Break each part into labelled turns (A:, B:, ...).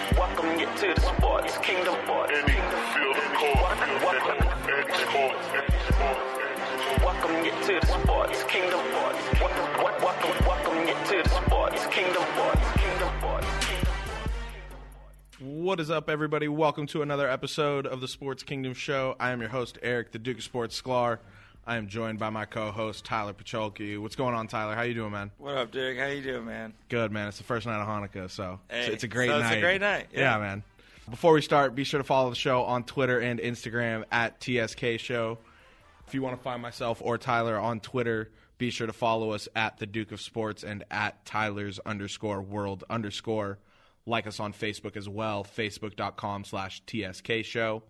A: Get to the spot. It's kingdom spot. Welcome, get to the spot. It's kingdom spot. Welcome, wel- welcome, welcome, get to the spot. It's kingdom spot. It's kingdom spot.
B: What is up, everybody? Welcome to another episode of the Sports Kingdom Show. I am your host, Eric, the Duke of Sports Sklar. I am joined by my co-host, Tyler Pacholke. What's going on, Tyler? How you doing, man?
C: What up, Derek? How you doing, man?
B: Good, man. It's the first night of Hanukkah, so it's,
C: Hey,
B: it's a great
C: so
B: night.
C: it's a great night, yeah.
B: yeah, man. Before we start, be sure to follow the show on Twitter and Instagram at TSK Show. If you want to find myself or Tyler on Twitter, be sure to follow us at the Duke of Sports and at Tyler's underscore world underscore. Like us on Facebook as well, facebook.com slash TSK show.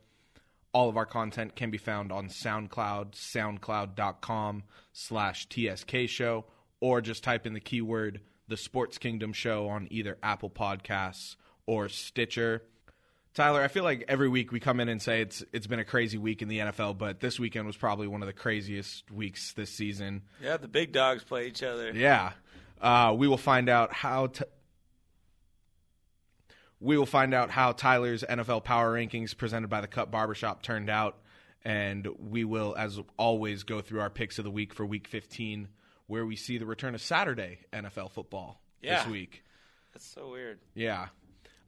B: All of our content can be found on SoundCloud, soundcloud.com slash TSK show, or just type in the keyword the Sports Kingdom show on either Apple Podcasts or Stitcher. Tyler, I feel like every week we come in and say it's it's been a crazy week in the NFL, but this weekend was probably one of the craziest weeks this season.
C: Yeah, the big dogs play each other.
B: Yeah, uh, we will find out how. T- we will find out how Tyler's NFL Power Rankings presented by the Cut Barbershop turned out, and we will, as always, go through our picks of the week for Week 15, where we see the return of Saturday NFL football
C: Yeah.
B: this week.
C: That's so weird.
B: Yeah.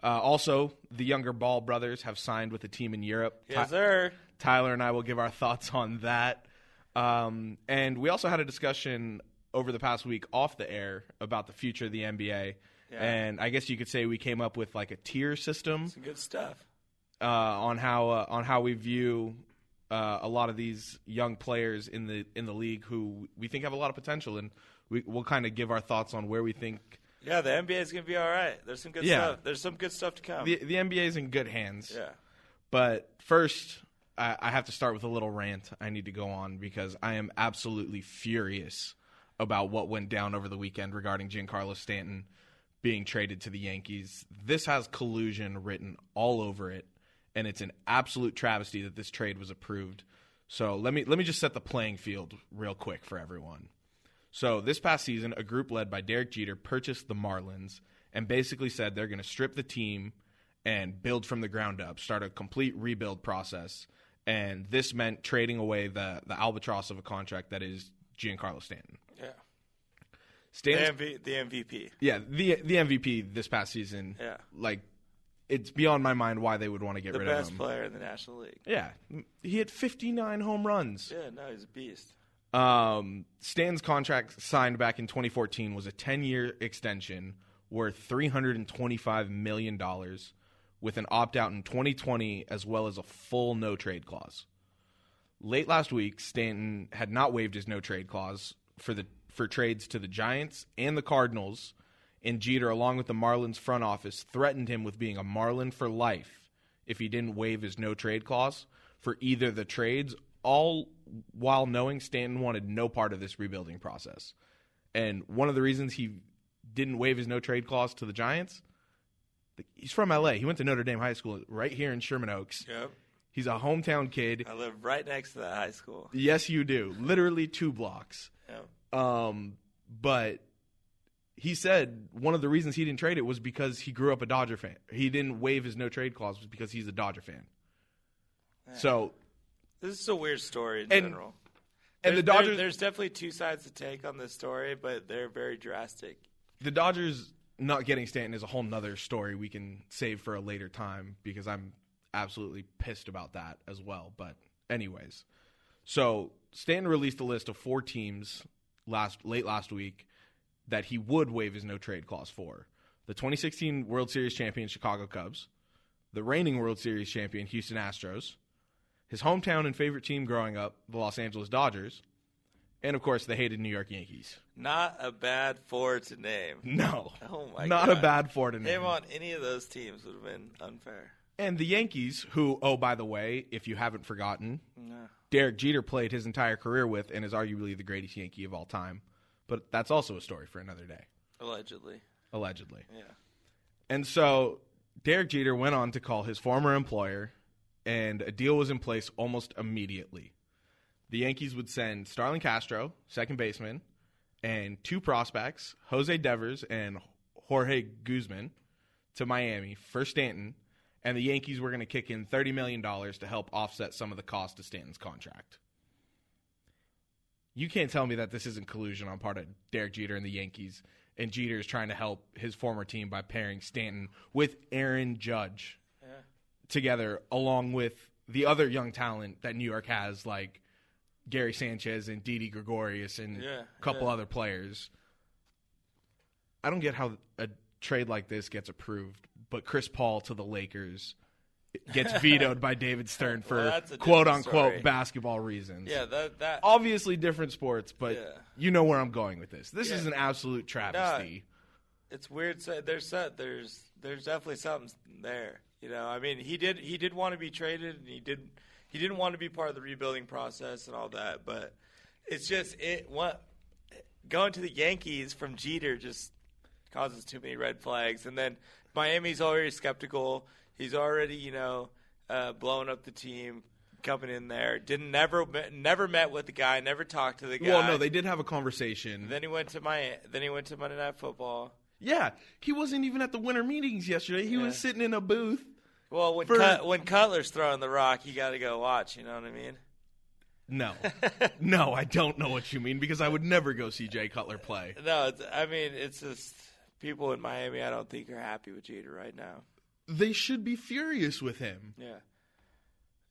B: Uh, also, the younger Ball brothers have signed with a team in Europe.
C: Yes,
B: Ty-
C: sir.
B: Tyler and I will give our thoughts on that. Um, and we also had a discussion over the past week off the air about the future of the NBA.
C: Yeah.
B: And I guess you could say we came up with like a tier system
C: Some good stuff.
B: uh, on how uh, on how we view uh, a lot of these young players in the in the league who we think have a lot of potential, and we, we'll kind of give our thoughts on where we think
C: Yeah, the NBA is gonna be all right. There's some good
B: Yeah.
C: stuff. There's some good stuff to come.
B: the the NBA is in good hands.
C: yeah.
B: But first, I, I have to start with a little rant I need to go on because I am absolutely furious about what went down over the weekend regarding Giancarlo Stanton being traded to the Yankees. This has collusion written all over it, and it's an absolute travesty that this trade was approved. So let me let me just set the playing field real quick for everyone. So this past season, a group led by Derek Jeter purchased the Marlins and basically said they're going to strip the team and build from the ground up, start a complete rebuild process. And this meant trading away the the albatross of a contract that is Giancarlo Stanton.
C: Yeah. The,
B: Stanton's
C: MV, the MVP.
B: yeah, the the MVP this past season.
C: Yeah.
B: Like it's beyond my mind why they would want to get
C: The
B: rid of
C: best
B: him.
C: player in the National League.
B: Yeah. He hit 59 home runs.
C: Yeah, no, he's a beast.
B: Um, Stan's contract signed back in 2014 was a 10 year extension worth $325 million with an opt out in 2020 as well as a full no trade clause. Late last week, Stanton had not waived his no trade clause for the for trades to the Giants and the Cardinals, and Jeter, along with the Marlins front office, threatened him with being a Marlin for life if he didn't waive his no trade clause for either the trades, all while knowing Stanton wanted no part of this rebuilding process. And one of the reasons he didn't waive his no trade clause to the Giants, he's from LA. He went to Notre Dame High School right here in Sherman Oaks.
C: Yep.
B: He's a hometown kid.
C: I live right next to that high school.
B: Yes, you do. Literally two blocks.
C: Yep.
B: Um, but he said one of the reasons he didn't trade it was because he grew up a Dodger fan. He didn't waive his no trade clause was because he's a Dodger fan. So,
C: This is a weird story in
B: And-
C: general.
B: and the
C: There-
B: Dodgers,
C: there's definitely two sides to take on this story, but they're very drastic.
B: the Dodgers not getting Stanton is a whole nother story we can save for a later time because I'm absolutely pissed about that as well. But anyways, so Stanton released a list of four teams last late last week that he would waive his no trade clause for. The 2016 World Series champion Chicago Cubs, the reigning World Series champion Houston Astros, his hometown and favorite team growing up, the Los Angeles Dodgers, and of course the hated New York Yankees.
C: Not a bad four to name.
B: No.
C: Oh my
B: Not
C: God.
B: a bad four to name.
C: Name on any of those teams would have been unfair.
B: And the Yankees, who, oh, by the way, if you haven't forgotten,
C: No.
B: Derek Jeter played his entire career with and is arguably the greatest Yankee of all time. But that's also a story for another day,
C: Allegedly.
B: allegedly.
C: Yeah.
B: And so Derek Jeter went on to call his former employer, and a deal was in place almost immediately. The Yankees would send Starlin Castro, second baseman, and two prospects, Jose Devers and Jorge Guzman, to Miami for Stanton and the Yankees were going to kick in $30 million to help offset some of the cost of Stanton's contract. You can't tell me that this isn't collusion on part of Derek Jeter and the Yankees, and Jeter is trying to help his former team by pairing Stanton with Aaron Judge
C: Yeah.
B: together, along with the other young talent that New York has, like Gary Sanchez and Didi Gregorius and
C: Yeah,
B: a couple
C: yeah.
B: other players. I don't get how a trade like this gets approved, but Chris Paul to the Lakers gets vetoed by David Stern for
C: Well, that's a different
B: quote unquote
C: story.
B: basketball reasons.
C: Yeah, that that
B: Obviously different sports, but
C: Yeah.
B: you know where I'm going with this. This
C: Yeah.
B: is an absolute travesty.
C: it's weird. So there's so- there's there's definitely something there. You know, I mean, he did he did want to be traded, and he did he didn't want to be part of the rebuilding process and all that. But it's just it what going to the Yankees from Jeter just causes too many red flags, and then Miami's already skeptical. He's already you know uh, blowing up the team. Coming in there, didn't never never met with the guy, never talked to the guy.
B: Well, no, they did have a conversation.
C: Then he went to my. Then he went to Monday Night Football.
B: Yeah, he wasn't even at the winter meetings yesterday. He was
C: Yeah.
B: sitting in a booth.
C: Well, when
B: For-
C: Cut, when Cutler's throwing the rock, you got to go watch. You know what I mean?
B: No, no, I don't know what you mean because I would never go see Jay Cutler play.
C: No, it's, I mean it's just people in Miami. I don't think are happy with Jeter right now.
B: They should be furious with him.
C: Yeah,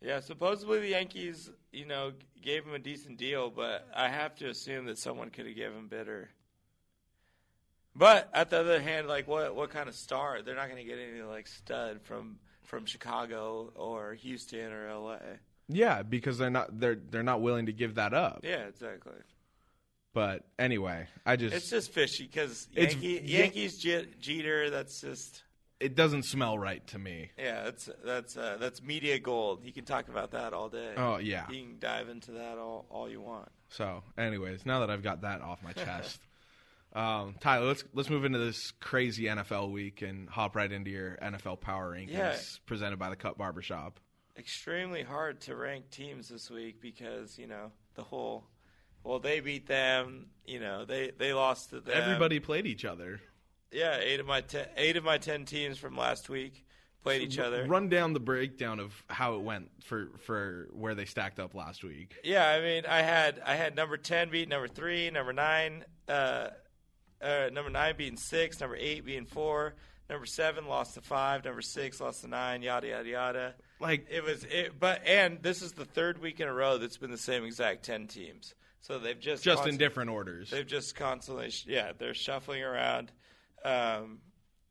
C: yeah. Supposedly the Yankees, you know, g- gave him a decent deal, but I have to assume that someone could have given him better. But at the other hand, like what what kind of star? They're not going to get any like stud from from Chicago or Houston or L.A.
B: Yeah, because they're not they're they're not willing to give that up.
C: Yeah, exactly.
B: But anyway, I just
C: It's just fishy because
B: It's-
C: Yankee,
B: Yan-
C: Yankees Je- Jeter. That's just
B: it doesn't smell right to me.
C: yeah. That's that's uh, that's media gold. You can talk about that all day.
B: Oh yeah.
C: You can dive into that all all you want.
B: So, anyways, now that I've got that off my chest, um, Tyler, let's let's move into this crazy NFL week and hop right into your NFL power rankings
C: Yeah.
B: presented by the Cut Barbershop.
C: Extremely hard to rank teams this week because you know the whole. Well, they beat them. You know they they lost to them.
B: Everybody played each other.
C: Yeah, eight of my ten, eight of my ten teams from last week played each other.
B: Run down the breakdown of how it went for for where they stacked up last week.
C: Yeah, I mean, I had I had number ten beat number three, number nine, uh, uh, number nine beating six, number eight beating four, number seven lost to five, number six lost to nine, yada yada yada.
B: Like
C: It was it, but and this is the third week in a row that's been the same exact ten teams. So they've just
B: just
C: const-
B: in different orders.
C: They've just constantly, sh- yeah, they're shuffling around. Um,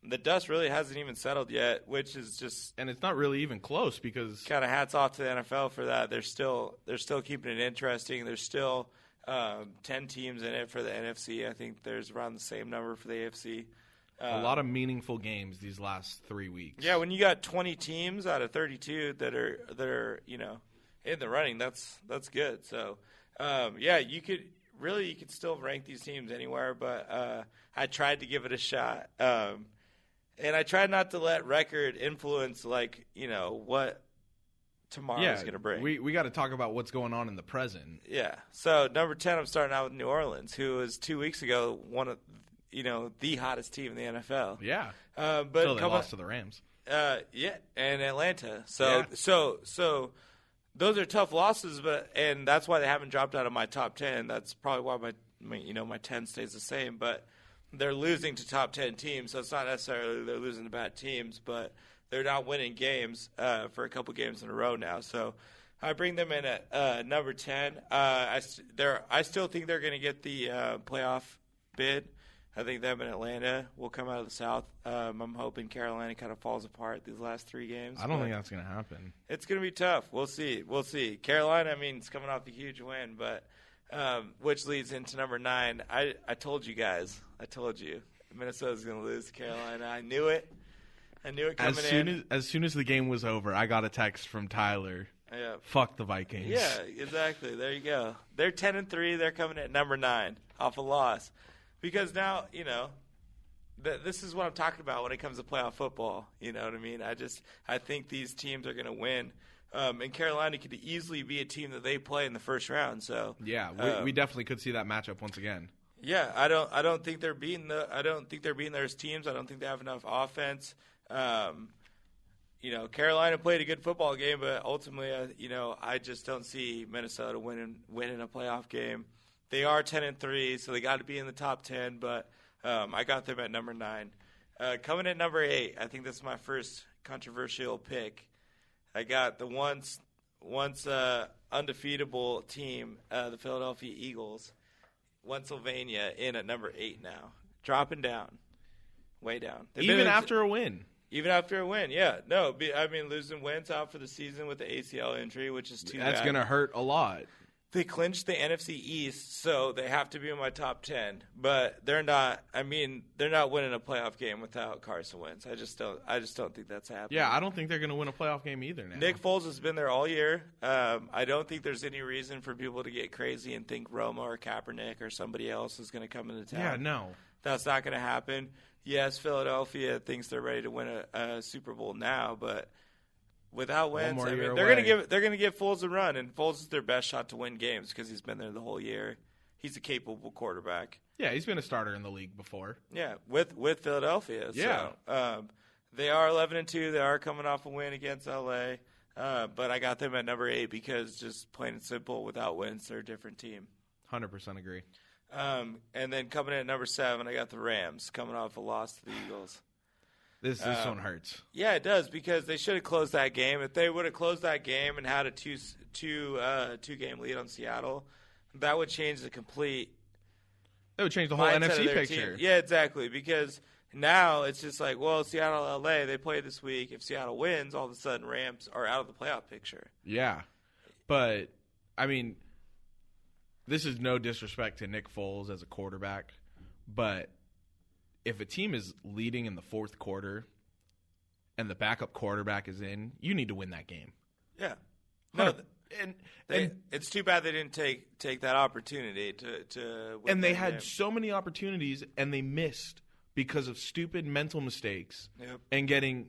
C: the dust really hasn't even settled yet, which is just
B: And it's not really even close because
C: kind of hats off to the NFL for that. They're still they're still keeping it interesting. There's still um, ten teams in it for the NFC. I think there's around the same number for the AFC.
B: a lot of meaningful games these last three weeks.
C: uh, Yeah, when you got 20 teams out of 32 that are that are you know in the running, that's that's good. So um, yeah, you could really you could still rank these teams anywhere, but uh, I tried to give it a shot, um, and I tried not to let record influence like you know what tomorrow
B: yeah.
C: is going to bring.
B: We we got to talk about what's going on in the present.
C: Yeah. So number ten, I'm starting out with New Orleans, who was two weeks ago one of you know the hottest team in the NFL.
B: Yeah,
C: Uh, but
B: so they
C: come
B: lost
C: on-
B: to the Rams.
C: uh, yeah, and Atlanta. So
B: Yeah.
C: so so those are tough losses, but and that's why they haven't dropped out of my top ten. That's probably why my, my you know my ten stays the same. But they're losing to top ten teams, so it's not necessarily they're losing to bad teams, but they're not winning games uh, for a couple games in a row now. So. I bring them in at uh, number ten. Uh, I s- they're I still think they're going to get the uh, playoff bid. I think them in Atlanta will come out of the South. Um, I'm hoping Carolina kind of falls apart these last three games.
B: I don't
C: but
B: think that's going to happen.
C: it's going to be tough. We'll see. We'll see. Carolina, I mean, it's coming off a huge win, but um, which leads into number nine. I I told you guys. I told you Minnesota's going to lose to Carolina. I knew it. I knew it coming
B: As soon
C: in.
B: as as soon as the game was over, I got a text from Tyler.
C: yeah.
B: Fuck the Vikings.
C: Yeah, exactly. There you go. They're ten and three. They're coming at number nine off a loss, because now you know. Th- this is what I'm talking about when it comes to playoff football. You know what I mean? I just I think these teams are going to win, um, and Carolina could easily be a team that they play in the first round. So
B: yeah. We,
C: um,
B: we definitely could see that matchup once again.
C: yeah, I don't. I don't think they're beating the. I don't think they're beating those teams. I don't think they have enough offense. Um, you know, Carolina played a good football game, but ultimately, uh, you know, I just don't see Minnesota winning winning a playoff game. They are ten and three, so they got to be in the top ten. But um, I got them at number nine. Uh, coming at number eight, I think that's my first controversial pick. I got the once once uh, undefeatable team, uh, the Philadelphia Eagles, Pennsylvania, in at number eight now, dropping down, way down. They've been
B: Even
C: in-
B: after a win.
C: even after a win, yeah, no, be, I mean losing wins out for the season with the ACL injury, which is too
B: That's
C: bad.
B: going to hurt a lot.
C: They clinched the NFC East, so they have to be in my top ten. But they're not. I mean, they're not winning a playoff game without Carson Wentz. I just don't. I just don't think that's happening.
B: Yeah, I don't think they're going to win a playoff game either now.
C: Nick Foles has been there all year. Um, I don't think there's any reason for people to get crazy and think Roma or Kaepernick or somebody else is going to come into town.
B: yeah, no.
C: That's not going to happen. Yes, Philadelphia thinks they're ready to win a, a Super Bowl now, but without wins,
B: more
C: I mean,
B: year
C: they're going to
B: away.
C: give they're going to give Foles a run, and Foles is their best shot to win games because he's been there the whole year. He's a capable quarterback.
B: Yeah, he's been a starter in the league before.
C: Yeah, with with Philadelphia.
B: Yeah.
C: so, um, they are eleven and two. They are coming off a win against LA, uh, but I got them at number eight because just plain and simple, without wins, they're a different team.
B: 100% agree.
C: Um, and then coming in at number seven, I got the Rams coming off a loss to the Eagles.
B: This this
C: Uh,
B: one hurts.
C: Yeah, it does because they should have closed that game. If they would have closed that game and had a two two uh, two game lead on Seattle, that would change the complete
B: That would change the whole
C: mindset of
B: NFC
C: their
B: picture.
C: team. Yeah, exactly. Because now it's just like, well, Seattle, LA, they play this week. If Seattle wins, all of a sudden Rams are out of the playoff picture.
B: Yeah. But I mean this is no disrespect to Nick Foles as a quarterback, but if a team is leading in the fourth quarter and the backup quarterback is in, you need to win that game.
C: Yeah. No, th-
B: and
C: they,
B: and,
C: it's too bad they didn't take take that opportunity to to. Win
B: and they
C: that
B: had
C: game.
B: so many opportunities and they missed because of stupid mental mistakes
C: Yep.
B: and getting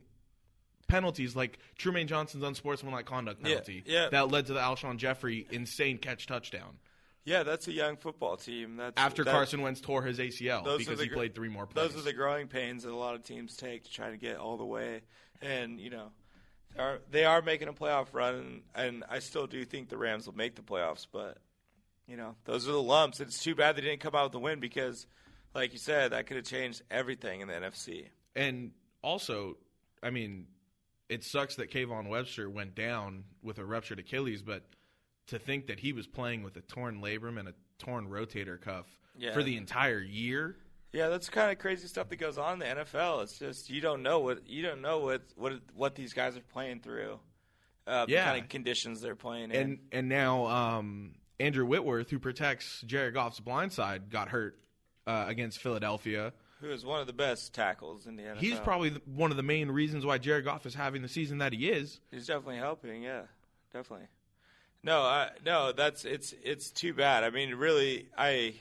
B: penalties like Trumaine Johnson's unsportsmanlike conduct
C: Yeah,
B: penalty
C: yeah.
B: that led to the Alshon Jeffrey insane catch touchdown.
C: yeah, that's a young football team. That's
B: after
C: that-
B: Carson Wentz tore his ACL
C: Those
B: because
C: are the
B: he
C: gr-
B: played three more plays.
C: Those are the growing pains that a lot of teams take to try to get all the way, and you know, are they are making a playoff run, and, and I still do think the Rams will make the playoffs, but you know, those are the lumps. It's too bad they didn't come out with a win because, like you said, that could have changed everything in the NFC.
B: and also, I mean, it sucks that Kayvon Webster went down with a ruptured Achilles, but to think that he was playing with a torn labrum and a torn rotator cuff
C: Yeah.
B: for the entire year.
C: Yeah, that's kind of crazy stuff that goes on in the NFL. It's just you don't know what you don't know what what what these guys are playing through, uh,
B: Yeah.
C: the kind of conditions they're playing in.
B: And and now um, Andrew Whitworth, who protects Jared Goff's blind side, got hurt uh, against Philadelphia.
C: who is one of the best tackles in the NFL?
B: He's probably the, one of the main reasons why Jared Goff is having the season that he is.
C: He's definitely helping. Yeah, definitely. No, I, no, that's it's it's too bad. I mean, really, I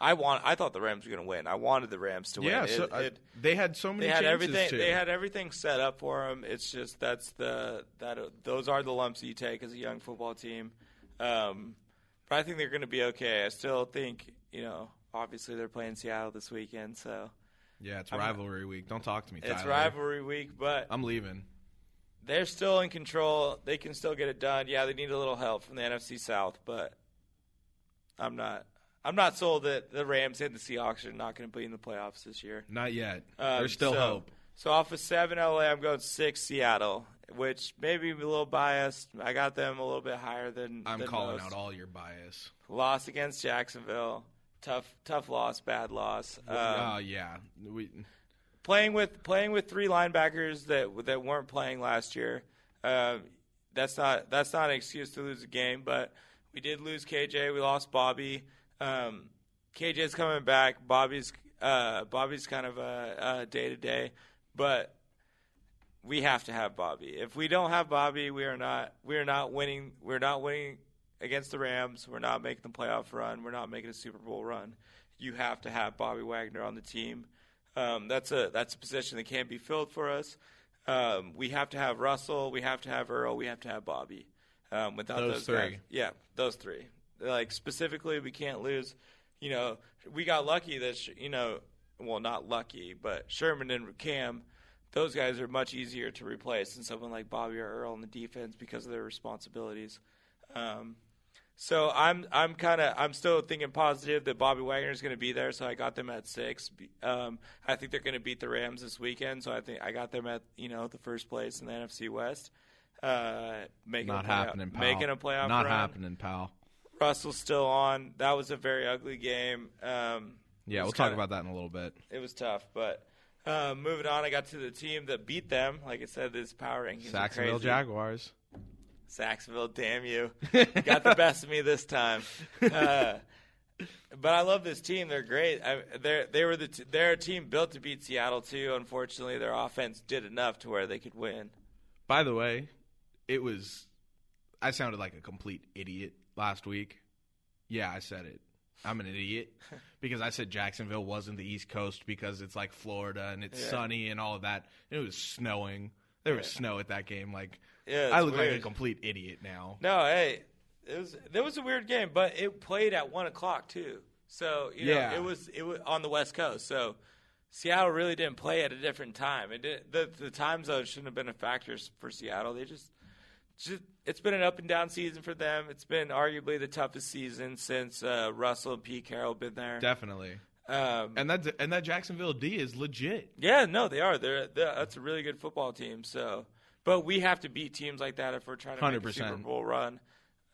C: I want I thought the Rams were going to win. I wanted the Rams to
B: yeah,
C: win.
B: so
C: It-
B: uh,
C: it-
B: they had so many.
C: they had
B: chances
C: everything.
B: to.
C: They had everything set up for them. It's just that's the that those are the lumps you take as a young football team. Um, but I think they're going to be okay. I still think you know. Obviously, they're playing Seattle this weekend, so
B: Yeah, it's rivalry week. Don't talk to me.
C: it's
B: Tyler.
C: rivalry week. But
B: I'm leaving.
C: they're still in control. They can still get it done. Yeah, they need a little help from the NFC South, but I'm not. I'm not sold that the Rams and the Seahawks are not going to be in the playoffs this year.
B: Not yet.
C: Um,
B: There's still
C: so,
B: hope.
C: So off of seven LA, I'm going six Seattle, which maybe a little biased. I got them a little bit higher than
B: I'm
C: than
B: calling
C: most.
B: out all your bias.
C: loss against Jacksonville. Tough, tough loss, bad loss. Um,
B: Uh, yeah. We,
C: playing with playing with three linebackers that that weren't playing last year. Um, that's not that's not an excuse to lose a game, but we did lose KJ. We lost Bobby. Um, KJ's coming back. Bobby's uh, Bobby's kind of a day to day, but we have to have Bobby. If we don't have Bobby, we are not we are not winning. We're not winning against the Rams. We're not making the playoff run. We're not making a Super Bowl run. You have to have Bobby Wagner on the team. Um, that's a that's a position that can't be filled for us. Um, we have to have Russell. We have to have Earl. We have to have Bobby. Um, without
B: Those
C: those, guys-
B: three.
C: yeah, those three. Like specifically, we can't lose. You know, we got lucky that sh- you know, well, not lucky, but Sherman and Cam those guys are much easier to replace than someone like Bobby or Earl in the defense because of their responsibilities. Um, so I'm I'm kind of I'm still thinking positive that Bobby Wagner is going to be there. So I got them at six. Um, I think they're going to beat the Rams this weekend. So I think I got them at you know the first place in the NFC West. Uh, making
B: Not
C: a playoff,
B: happening, pal.
C: Making a playoff
B: Not
C: run.
B: happening, pal.
C: Russell's still on. That was a very ugly game. Um,
B: Yeah, we'll
C: it's
B: talk
C: kinda-
B: about that in a little bit.
C: it was tough, but uh, moving on, I got to the team that beat them. Like I said, this power rankings are
B: Saxonville
C: crazy.
B: Jaguars.
C: Saxville, damn you. You got the best of me this time. Uh, but I love this team. They're great. I, they're they were the t- they're a team built to beat Seattle too. Unfortunately, their offense did enough to where they could win.
B: By the way, it was. I sounded like a complete idiot last week. Yeah, I said it. I'm an idiot because I said Jacksonville wasn't the East Coast because it's like Florida and it's
C: Yeah.
B: sunny and all of that. It was snowing. There was snow at that game. Like
C: Yeah,
B: I
C: it's
B: look like a
C: weird.
B: complete idiot now.
C: No, hey, it was there was a weird game, but it played at one o'clock too. So you
B: Yeah.
C: know, it was it was on the West Coast. So Seattle really didn't play at a different time. It did, the the time zone shouldn't have been a factor s- for Seattle. They just, just it's been an up and down season for them. It's been arguably the toughest season since uh, Russell and Pete Carroll been there.
B: Definitely.
C: Um,
B: And that and that Jacksonville D is legit.
C: yeah, no, they are. They're, they're that's a really good football team. So, but we have to beat teams like that if we're trying to make a Super
B: 100%.
C: Bowl run.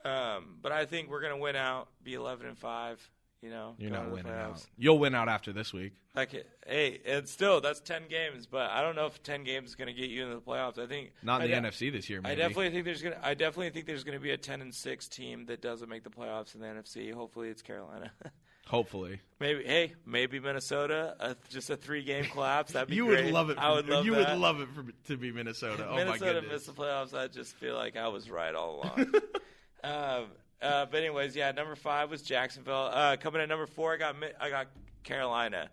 C: Um, but I think we're gonna win out, be eleven and five. You know,
B: You're
C: go to
B: not
C: the
B: winning
C: playoffs.
B: out. You'll win out after this week.
C: Like, it- hey, it's still that's ten games, but I don't know if ten games is gonna get you into the playoffs. I think
B: Not in
C: I
B: the
C: de-
B: NFC this year. Maybe.
C: I definitely think there's gonna. I definitely think there's gonna be a ten and six team that doesn't make the playoffs in the NFC. Hopefully, it's Carolina.
B: Hopefully.
C: maybe hey, maybe Minnesota. Uh, just a three game collapse. That'd be
B: You
C: great.
B: would love it.
C: I would
B: for-
C: love
B: you
C: that.
B: would love it for, to be Minnesota. Oh my
C: Minnesota
B: goodness.
C: missed the playoffs. I just feel like I was right all along. um, uh, but anyways, yeah, number five was Jacksonville. Uh, coming in at number four, I got Mi- I got Carolina.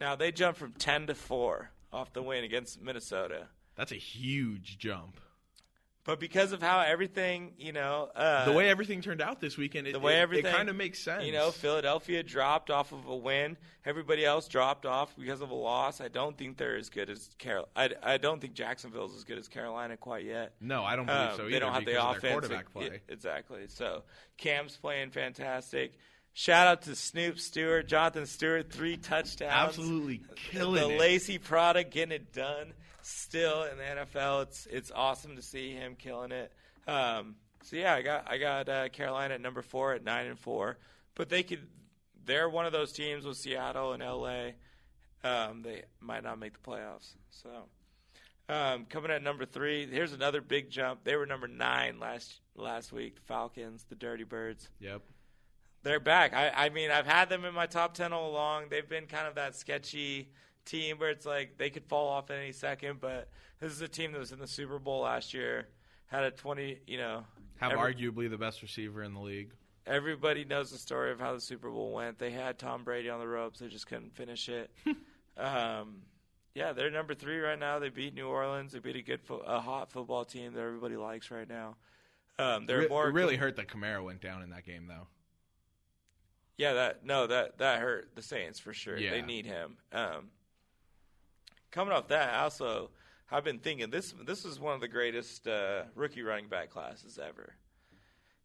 C: Now they jumped from ten to four off the win against Minnesota.
B: That's a huge jump.
C: But because of how everything, you know, uh,
B: the way everything turned out this weekend, it,
C: the way
B: it-
C: everything
B: it kind of makes sense.
C: You know, Philadelphia dropped off of a win. Everybody else dropped off because of a loss. I don't think they're as good as Carol. I, I don't think Jacksonville's as good as Carolina quite yet.
B: no, I don't believe
C: Um,
B: so either.
C: they don't have
B: because
C: the
B: of their
C: offense.
B: quarterback play.
C: Yeah, exactly. So Cam's playing fantastic. Shout out to Snoop Stewart, Jonathan Stewart, three touchdowns.
B: Absolutely killing
C: the
B: it.
C: Lacey product getting it done. Still in the NFL, it's it's awesome to see him killing it. Um, so yeah, I got I got uh, Carolina at number four at nine and four, but they could. They're one of those teams with Seattle and LA. Um, they might not make the playoffs. So um, coming at number three, here's another big jump. They were number nine last last week. The Falcons, the Dirty Birds.
B: Yep.
C: They're back. I, I mean, I've had them in my top 10 all along. They've been kind of that sketchy team where it's like they could fall off at any second, but this is a team that was in the Super Bowl last year, had a 20, you know.
B: Have
C: every-
B: arguably the best receiver in the league.
C: Everybody knows the story of how the Super Bowl went. They had Tom Brady on the ropes, they just couldn't finish it. um, yeah, they're number three right now. They beat New Orleans. They beat a good, fo- a hot football team that everybody likes right now. Um, they're
B: Re-
C: more
B: it really hurt that Camaro went down in that game, though.
C: Yeah, that no, that that hurt the Saints for sure. They
B: Yeah.
C: need him. Um, coming off that, I also I've been thinking this this is one of the greatest uh, rookie running back classes ever.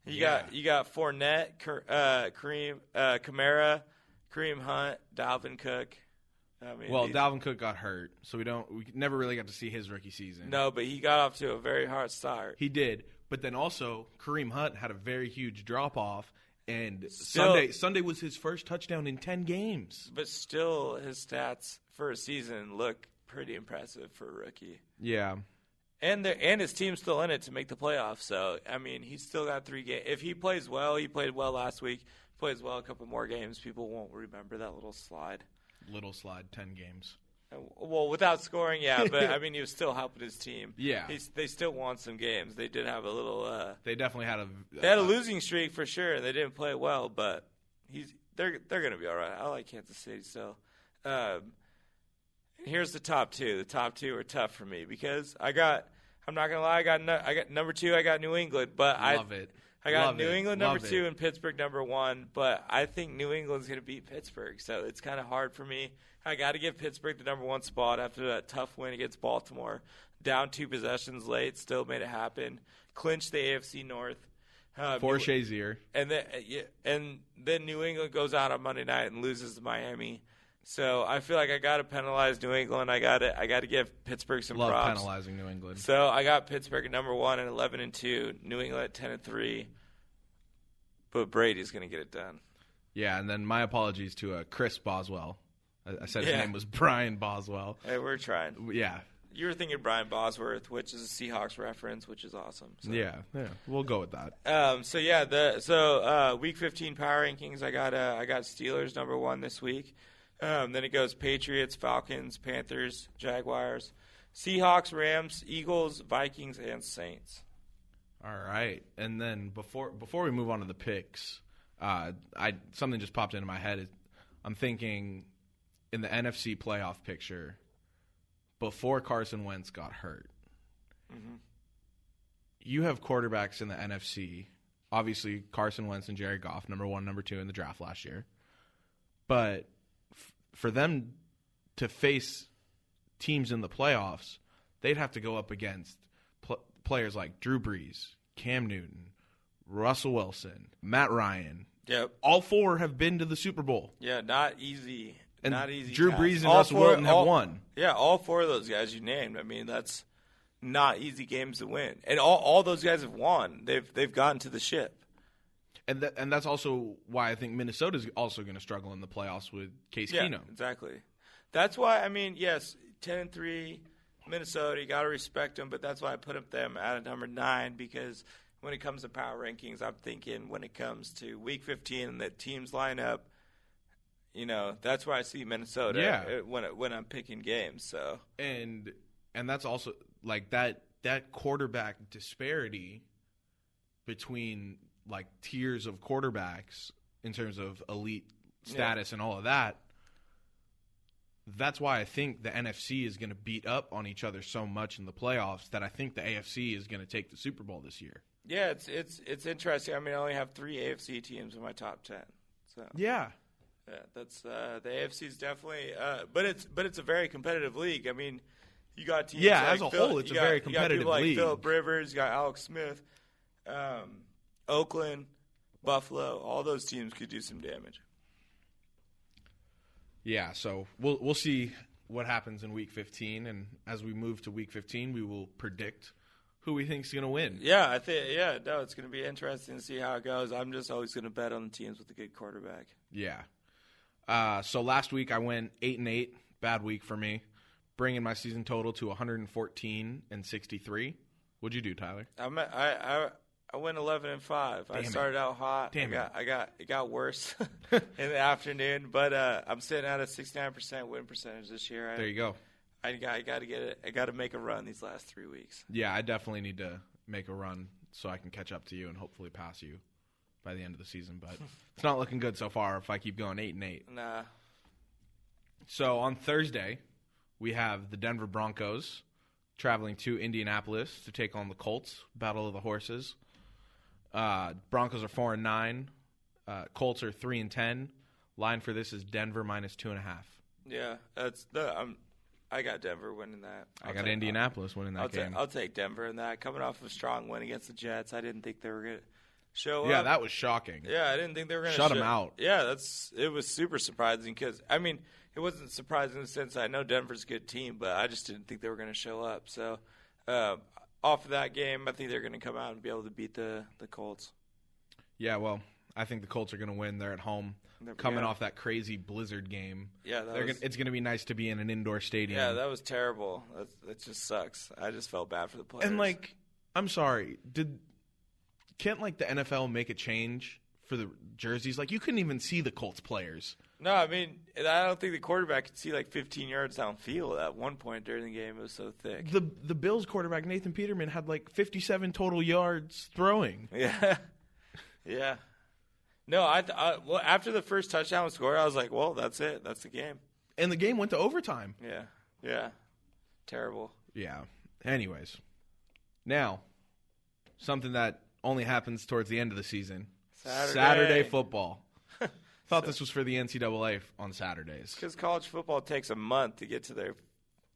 C: You
B: Yeah.
C: got you got Fournette, Ker- uh, Kareem, uh, Kamara, Kareem Hunt, Dalvin Cook. I mean,
B: Well,
C: these-
B: Dalvin Cook got hurt, so we don't. We never really got to see his rookie season.
C: no, but he got off to a very hard start.
B: he did. But then also, Kareem Hunt had a very huge drop off, and
C: Still-
B: Sunday Sunday was his first touchdown in ten games.
C: But still, his stats for a season look pretty impressive for a rookie.
B: Yeah,
C: And the, and his team's still in it to make the playoffs. So I mean, he's still got three games. If he plays well, he played well last week. Plays well a couple more games, people won't remember that little slide.
B: little slide, ten games.
C: Uh, Well, without scoring, yeah, but I mean, he was still helping his team.
B: Yeah.
C: He's, they still won some games. They did have a little. Uh,
B: They definitely had a.
C: they had a losing streak for sure, and they didn't play well. But he's they're they're gonna be all right. I like Kansas City still. Um, and here's the top two. The top two are tough for me because I got. I'm not gonna lie. I got no, I got number two. I got New England, but I
B: Love it.
C: I got
B: Love
C: New
B: it.
C: England number
B: Love
C: two
B: it.
C: and Pittsburgh number one, but I think New England's going to beat Pittsburgh, so it's kind of hard for me. I got to give Pittsburgh the number one spot after that tough win against Baltimore. Down two possessions late, still made it happen. Clinched the AFC North. Uh,
B: for
C: New-
B: Shazier.
C: and then uh, yeah, and then New England goes out on Monday night and loses to Miami. So I feel like I got to penalize New England. I got to I got to give Pittsburgh some
B: Love
C: props.
B: penalizing New England.
C: So I got Pittsburgh at number one and eleven and two. New England at ten and three. But Brady's going to get it done.
B: Yeah, and then my apologies to uh, Chris Boswell. I, I said his
C: Yeah.
B: name was Brian Boswell.
C: Hey, we're trying.
B: Yeah,
C: You were thinking Brian Bosworth, which is a Seahawks reference, which is awesome. So.
B: yeah, yeah. We'll go with that.
C: Um, so yeah, the so uh, week 15 power rankings. I got uh, I got Steelers number one this week. Um, then it goes Patriots, Falcons, Panthers, Jaguars, Seahawks, Rams, Eagles, Vikings, and Saints.
B: All right, and then before before we move on to the picks, uh, I something just popped into my head. I'm thinking in the NFC playoff picture before Carson Wentz got hurt. You have quarterbacks in the NFC. Obviously, Carson Wentz and Jared Goff, number one, number two in the draft last year. But f- for them to face teams in the playoffs, they'd have to go up against pl- players like Drew Brees, Cam Newton, Russell Wilson, Matt Ryan.
C: Yep.
B: All four have been to the Super Bowl.
C: Yeah, not easy.
B: And
C: not easy.
B: Drew
C: task.
B: Brees and
C: All
B: Russell
C: four-
B: Wilson have
C: all-
B: won.
C: Yeah, all four of those guys you named. I mean, that's not easy games to win, and all, all those guys have won. They've they've gotten to the ship.
B: And that, and that's also why I think Minnesota's also going to struggle in the playoffs with Case Keenum.
C: exactly. That's why I mean, yes, ten and three, Minnesota. You got to respect them, but that's why I put up them at a number nine because when it comes to power rankings, I'm thinking when it comes to week 15 and the teams line up. You know, that's where I see Minnesota.
B: Yeah.
C: uh, when it- when I'm picking games, so
B: and and that's also like that that quarterback disparity between like tiers of quarterbacks in terms of elite status and all of that that's why i think the nfc is going to beat up on each other so much in the playoffs that i think the afc is going to take the super bowl this year
C: yeah, it's it's it's interesting. I mean, I only have three AFC teams in my top ten. So
B: yeah
C: Yeah, that's uh, the AFC's definitely, uh, but it's but it's a very competitive league. I mean, you got teams
B: Yeah,
C: like
B: as a
C: Phil-
B: whole, it's
C: you
B: a
C: got-
B: very
C: You got
B: competitive
C: people
B: league.
C: like Philip Rivers, you got Alex Smith, um, Oakland, Buffalo. All those teams could do some damage.
B: yeah so we'll we'll see what happens in week 15 and as we move to week 15 we will predict who we think is going to win
C: Yeah, I think. Yeah, no, it's going to be interesting to see how it goes. I'm just always going to bet on the teams with a good quarterback.
B: Yeah. Uh, so last week I went eight and eight. Bad week for me, bringing my season total to 114 and 63. What'd you do, Tyler?
C: I'm, at- I I I went 11 and five. I
B: Damn it.
C: started out hot.
B: Damn
C: I got, I got it got worse in the afternoon, but uh, I'm sitting at a 69 percent win percentage this year. I,
B: There you go.
C: I got I got to get it. I got to make a run these last three weeks.
B: Yeah, I definitely need to make a run so I can catch up to you and hopefully pass you by the end of the season. But it's not looking good so far if I keep going eight and eight.
C: Nah,
B: So on Thursday, we have the Denver Broncos traveling to Indianapolis to take on the Colts, Battle of the Horses. Uh, Broncos are four and nine. Uh, Colts are three and ten. Line for this is Denver minus two and a half.
C: yeah, that's the I'm. I got Denver winning that.
B: i
C: I'll
B: got
C: take-
B: Indianapolis winning that
C: I'll,
B: game.
C: take I'll take Denver in that. Coming off a strong win against the Jets, I didn't think they were gonna show
B: yeah,
C: up.
B: that was shocking.
C: Yeah, I didn't think they were going to
B: Shut 'em out.
C: Yeah, that's it was super surprising because I mean it wasn't surprising in the sense I know Denver's a good team, but I just didn't think they were going to show up. So uh, off of that game, I think they're going to come out and be able to beat the the Colts.
B: Yeah, well, I think the Colts are going to win. They're at home,
C: There we
B: coming
C: go.
B: off that crazy blizzard game.
C: Yeah, that
B: They're
C: was-
B: gonna, it's going to be nice to be in an indoor stadium.
C: Yeah, that was terrible. That, that just sucks. I just felt bad for the players.
B: And like, I'm sorry, did can't like the NFL make a change for the jerseys? Like, you couldn't even see the Colts players.
C: no, I mean and I don't think the quarterback could see like 15 yards downfield at one point during the game. It was so thick.
B: the The Bills quarterback Nathan Peterman had like 57 total yards throwing.
C: Yeah, yeah. No, I, th- I well after the first touchdown was scored, I was like, well, that's it. That's the game.
B: And the game went to overtime.
C: Yeah, yeah. Terrible.
B: Yeah. Anyways, now something that only happens towards the end of the season.
C: Saturday.
B: football. Thought this was for the NCAA f- on Saturdays.
C: Because college football takes a month to get to their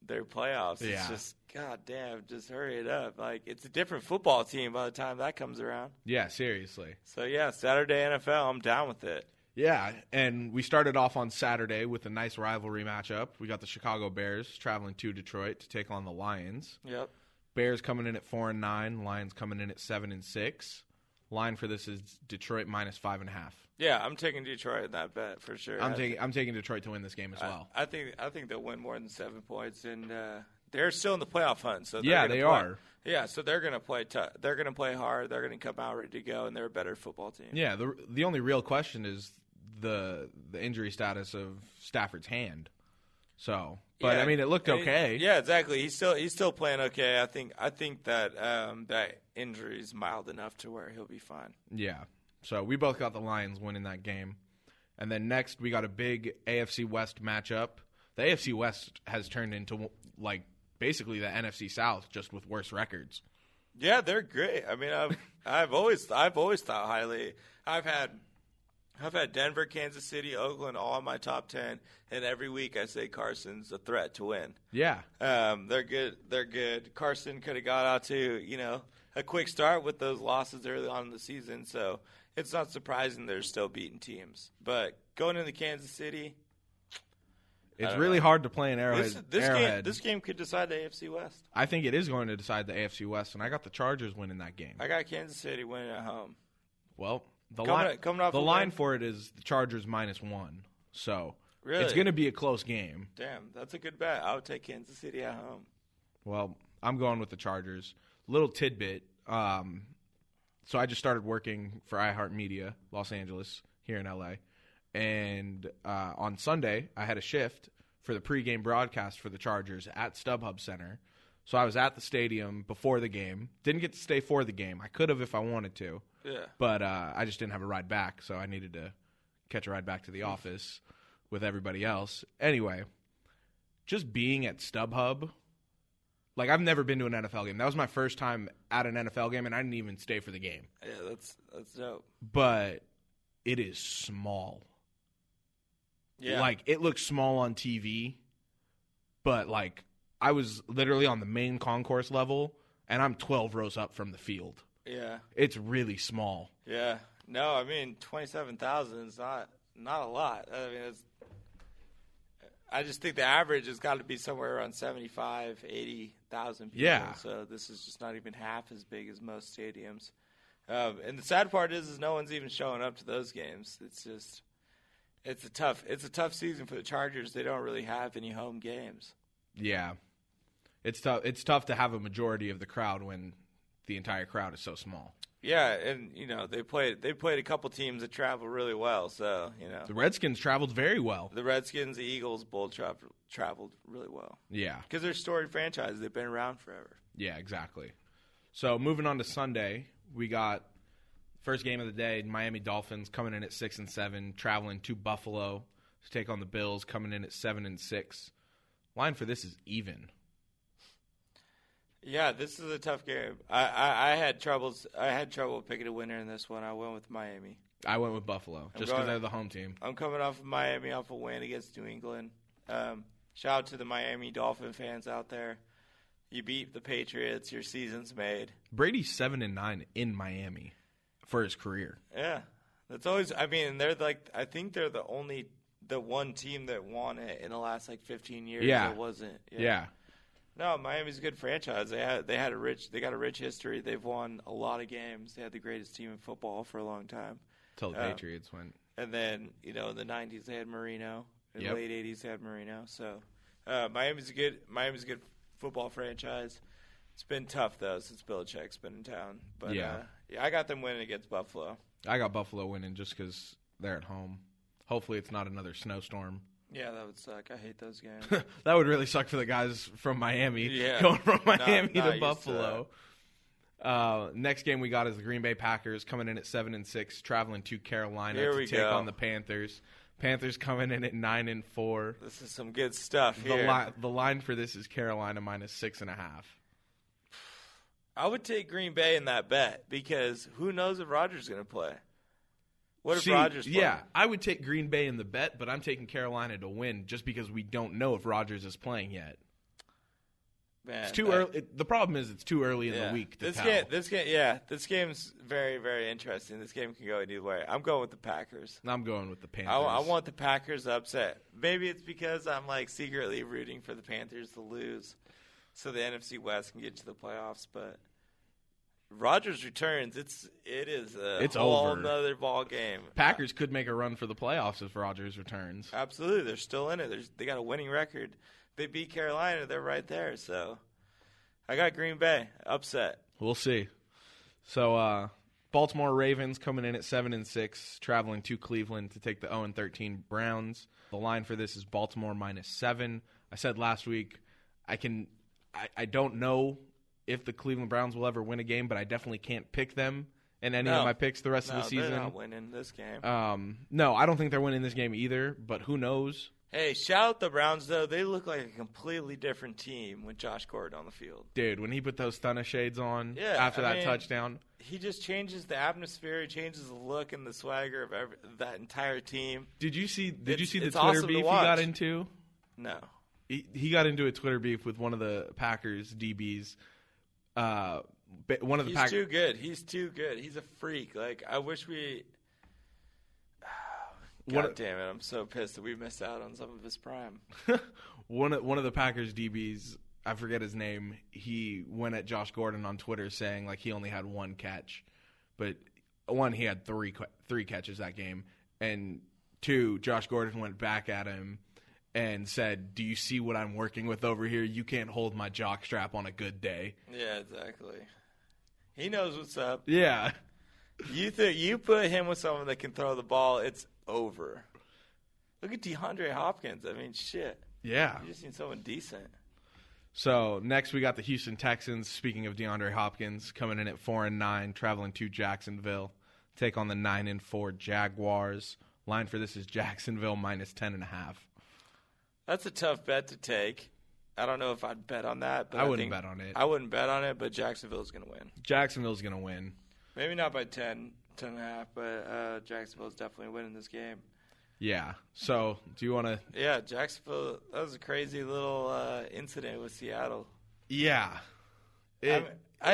C: their playoffs.
B: Yeah.
C: It's just god damn, just hurry it up. Like it's a different football team by the time that comes around.
B: Yeah, seriously.
C: So yeah, Saturday NFL, I'm down with it.
B: Yeah, and we started off on Saturday with a nice rivalry matchup. We got the Chicago Bears traveling to Detroit to take on the Lions.
C: Yep.
B: Bears coming in at four and nine. Lions coming in at seven and six. Line for this is Detroit minus five and a half.
C: Yeah, I'm taking Detroit in that bet for sure.
B: I'm
C: I
B: taking I'm taking Detroit to win this game as
C: I-
B: well.
C: I, think I think they'll win more than seven points, and uh, they're still in the playoff hunt. So they're
B: Yeah,
C: gonna
B: they
C: play-
B: are.
C: Yeah, so they're going to play. tough. they're going to play hard. They're going to come out ready to go, and they're a better football team.
B: Yeah, the the only real question is the the injury status of Stafford's hand. So, but
C: Yeah,
B: I mean, it looked
C: and-
B: okay.
C: yeah, exactly. He's still he's still playing okay. I think I think that um, that injury is mild enough to where he'll be fine.
B: Yeah. So we both got the Lions winning that game. And then next we got a big AFC West matchup. The AFC West has turned into like basically the NFC South just with worse records.
C: Yeah, they're great. I mean, I've I've always I've always thought highly. I've had I've had Denver, Kansas City, Oakland all in my top ten, and every week I say Carson's a threat to win.
B: Yeah.
C: Um, they're good. They're good. Carson could have got out to you know a quick start with those losses early on in the season, so it's not surprising they're still beating teams. But going into Kansas City,
B: It's
C: don't
B: really hard to play in Arrowhead.
C: this, this game
B: Arrowhead.
C: this game could decide the AFC West.
B: I think it is going to decide the AFC West and I got the Chargers winning that game.
C: I got Kansas City winning at home.
B: Well, the
C: Coming
B: line
C: up- coming off
B: the
C: a
B: line
C: win.
B: for it is the Chargers minus 1. So, it's
C: Really?
B: going to be a close game.
C: Damn, that's a good bet. I would take Kansas City at home.
B: Well, I'm going with the Chargers. Little tidbit. Um, so I just started working for iHeartMedia, Los Angeles, here in LA. And uh, on Sunday, I had a shift for the pregame broadcast for the Chargers at StubHub Center. So I was at the stadium before the game. Didn't get to stay for the game. I could have if I wanted to,
C: Yeah.
B: but uh, I just didn't have a ride back. So I needed to catch a ride back to the office with everybody else. Anyway, just being at StubHub, like I've never been to an NFL game. That was my first time at an NFL game, and I didn't even stay for the game.
C: Yeah, that's that's dope.
B: But it is small.
C: Yeah.
B: Like it looks small on TV, but like I was literally on the main concourse level, and I'm 12 rows up from the field.
C: yeah.
B: It's really small.
C: Yeah. No, I mean twenty seven thousand is not not a lot. I mean it's I just think the average has got to be somewhere around 75, 80,000 people.
B: Yeah.
C: So this is just not even half as big as most stadiums. Um, and the sad part is, is no one's even showing up to those games. It's just, it's a tough, it's a tough season for the Chargers. They don't really have any home games.
B: Yeah. It's tough it's tough to have a majority of the crowd when the entire crowd is so small.
C: Yeah, and you know they played, they played a couple teams that travel really well. So you know
B: The Redskins traveled very well.
C: the Redskins, the Eagles, both tra- traveled really well
B: Yeah.
C: because they're storied franchises. They've been around forever.
B: Yeah, exactly. So moving on to Sunday, we got first game of the day, Miami Dolphins coming in at six and seven, traveling to Buffalo to take on the Bills, coming in at seven and six. Line for this is even.
C: Yeah, this is a tough game. I, I, I had troubles. I had trouble picking a winner in this one. I went with Miami.
B: I went with Buffalo just because
C: going-
B: they're the home team.
C: I'm coming off of Miami off a win against New England. Um, shout out to the Miami Dolphin fans out there. You beat the Patriots. Your season's made.
B: Brady's seven and nine in Miami for his career.
C: Yeah, that's always. I mean, they're like. I think they're the only, the one team that won it in the last like 15 years.
B: Yeah.
C: that wasn't.
B: yeah.
C: No, Miami's a good franchise. They had they had a rich they got a rich history. They've won a lot of games. They had the greatest team in football for a long time.
B: Till the
C: Uh,
B: Patriots went.
C: And then you know in the '90s they had Marino. In
B: Yep.
C: the late '80s they had Marino. So uh, Miami's a good Miami's a good football franchise. It's been tough though since Belichick's been in town. But
B: Yeah.
C: uh, yeah, I got them winning against Buffalo.
B: I got Buffalo winning just because they're at home. Hopefully, it's not another snowstorm.
C: Yeah, that would suck. I hate those games.
B: that would really suck for the guys from Miami
C: Yeah.
B: going from
C: Not-
B: Miami
C: not used
B: to
C: to
B: Buffalo. uh, next game we got is the Green Bay Packers coming in at seven and six, traveling to Carolina
C: Here
B: to
C: we
B: take
C: go.
B: on the Panthers. Panthers coming in at nine and four.
C: this is some good stuff
B: The
C: here.
B: line the line for this is Carolina minus six and a half.
C: I would take Green Bay in that bet because who knows if Rogers going to play? What if
B: See,
C: Rogers? Plays?
B: yeah, I would take Green Bay in the bet, but I'm taking Carolina to win just because we don't know if Rodgers is playing yet.
C: Man,
B: It's too
C: that-
B: early. it- the problem is it's too early in
C: yeah.
B: the week. To
C: This
B: tell.
C: game, this game, yeah, this game's very, very interesting. This game can go either way. I'm going with the Packers.
B: I'm going with the Panthers.
C: I, I want the Packers upset. Maybe it's because I'm like secretly rooting for the Panthers to lose, so the NFC West can get to the playoffs. But Rogers returns. It's it is a
B: It's
C: whole
B: over.
C: another ball game.
B: Packers could make a run for the playoffs if Rodgers returns.
C: Absolutely, they're still in it. They're, they got a winning record. They beat Carolina. They're right there. So I got Green Bay upset.
B: We'll see. So uh, Baltimore Ravens coming in at seven and six, traveling to Cleveland to take the 0 and 13 Browns. The line for this is Baltimore minus seven. I said last week I can I, I don't know if the Cleveland Browns will ever win a game, but I definitely can't pick them in any
C: No.
B: of my picks the rest
C: No,
B: of the season.
C: they're not winning this game.
B: Um, no, I don't think they're winning this game either. But who knows?
C: hey, shout out the Browns though. They look like a completely different team with Josh Gordon on the field.
B: Dude, when he put those thunder shades on
C: Yeah,
B: after
C: I
B: that
C: mean-
B: touchdown,
C: He just changes the atmosphere. He changes the look and the swagger of every, that entire team.
B: did you see? Did you
C: It's-
B: see the
C: it's
B: Twitter
C: awesome to
B: beef he got
C: watch.
B: into?
C: No,
B: He, he got into a Twitter beef with one of the Packers DBs. Uh, ba- one of the
C: he's
B: Packers.
C: too good. He's too good. He's a freak. Like I wish we. God
B: What-
C: damn it! I'm so pissed that we missed out on some of his prime.
B: one of, one of the Packers DBs, I forget his name. He went at Josh Gordon on Twitter saying like he only had one catch, but one he had three qu- three catches that game, and two Josh Gordon went back at him and said, "Do you see what I'm working with over here? You can't hold my jock strap on a good day."
C: Yeah, exactly. He knows what's up.
B: Yeah,
C: You think you put him with someone that can throw the ball, it's over. Look at DeAndre Hopkins. I mean, shit.
B: yeah.
C: You just need someone decent.
B: So next we got the Houston Texans. Speaking of DeAndre Hopkins, coming in at four and nine, traveling to Jacksonville, take on the nine and four Jaguars. Line for this is Jacksonville minus ten and a half.
C: That's a tough bet to take. I don't know if I'd bet on that, but
B: I
C: I,
B: wouldn't
C: think-
B: bet on it.
C: I wouldn't bet on it, but Jacksonville's going to win.
B: Jacksonville's gonna win.
C: Maybe not by 10, 10 and a half, but uh, Jacksonville's definitely winning this game.
B: Yeah. So do you want to?
C: Yeah, Jacksonville, that was a crazy little uh, incident with Seattle.
B: Yeah. It,
C: I,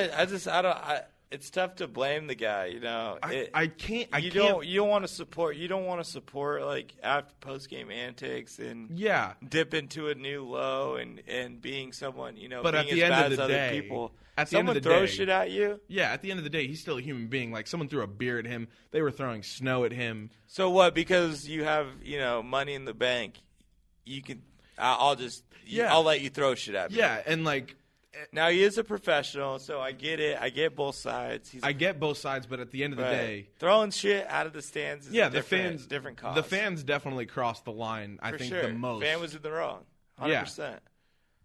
C: mean, I, I just, I don't, I, it's tough to blame the guy, you know.
B: I,
C: It-
B: I can't. I
C: you
B: can't.
C: don't you don't want to support you don't want to support like after post game antics and
B: yeah.
C: dip into a new low and and being someone you know
B: But at
C: being
B: the
C: as
B: end
C: bad
B: of
C: as
B: the
C: other
B: day-
C: people.
B: at the end
C: someone
B: of the
C: throws
B: day-
C: shit at you.
B: Yeah. At the end of the day, he's still a human being. Like someone threw a beer at him. They were throwing snow at him.
C: So what? Because you have you know money in the bank, you can. I- I'll just
B: Yeah.
C: I'll let you throw shit at me.
B: Yeah. And like
C: Now he is a professional, so I get it. I get both sides. He's
B: I get both sides, but at the end of the
C: but
B: day,
C: throwing shit out of the stands. Is a
B: yeah, the
C: different-
B: fans
C: different cause.
B: The fans definitely crossed the line. I
C: for
B: think
C: sure.
B: the most.
C: Fan was in the wrong. Hundred
B: Yeah.
C: percent.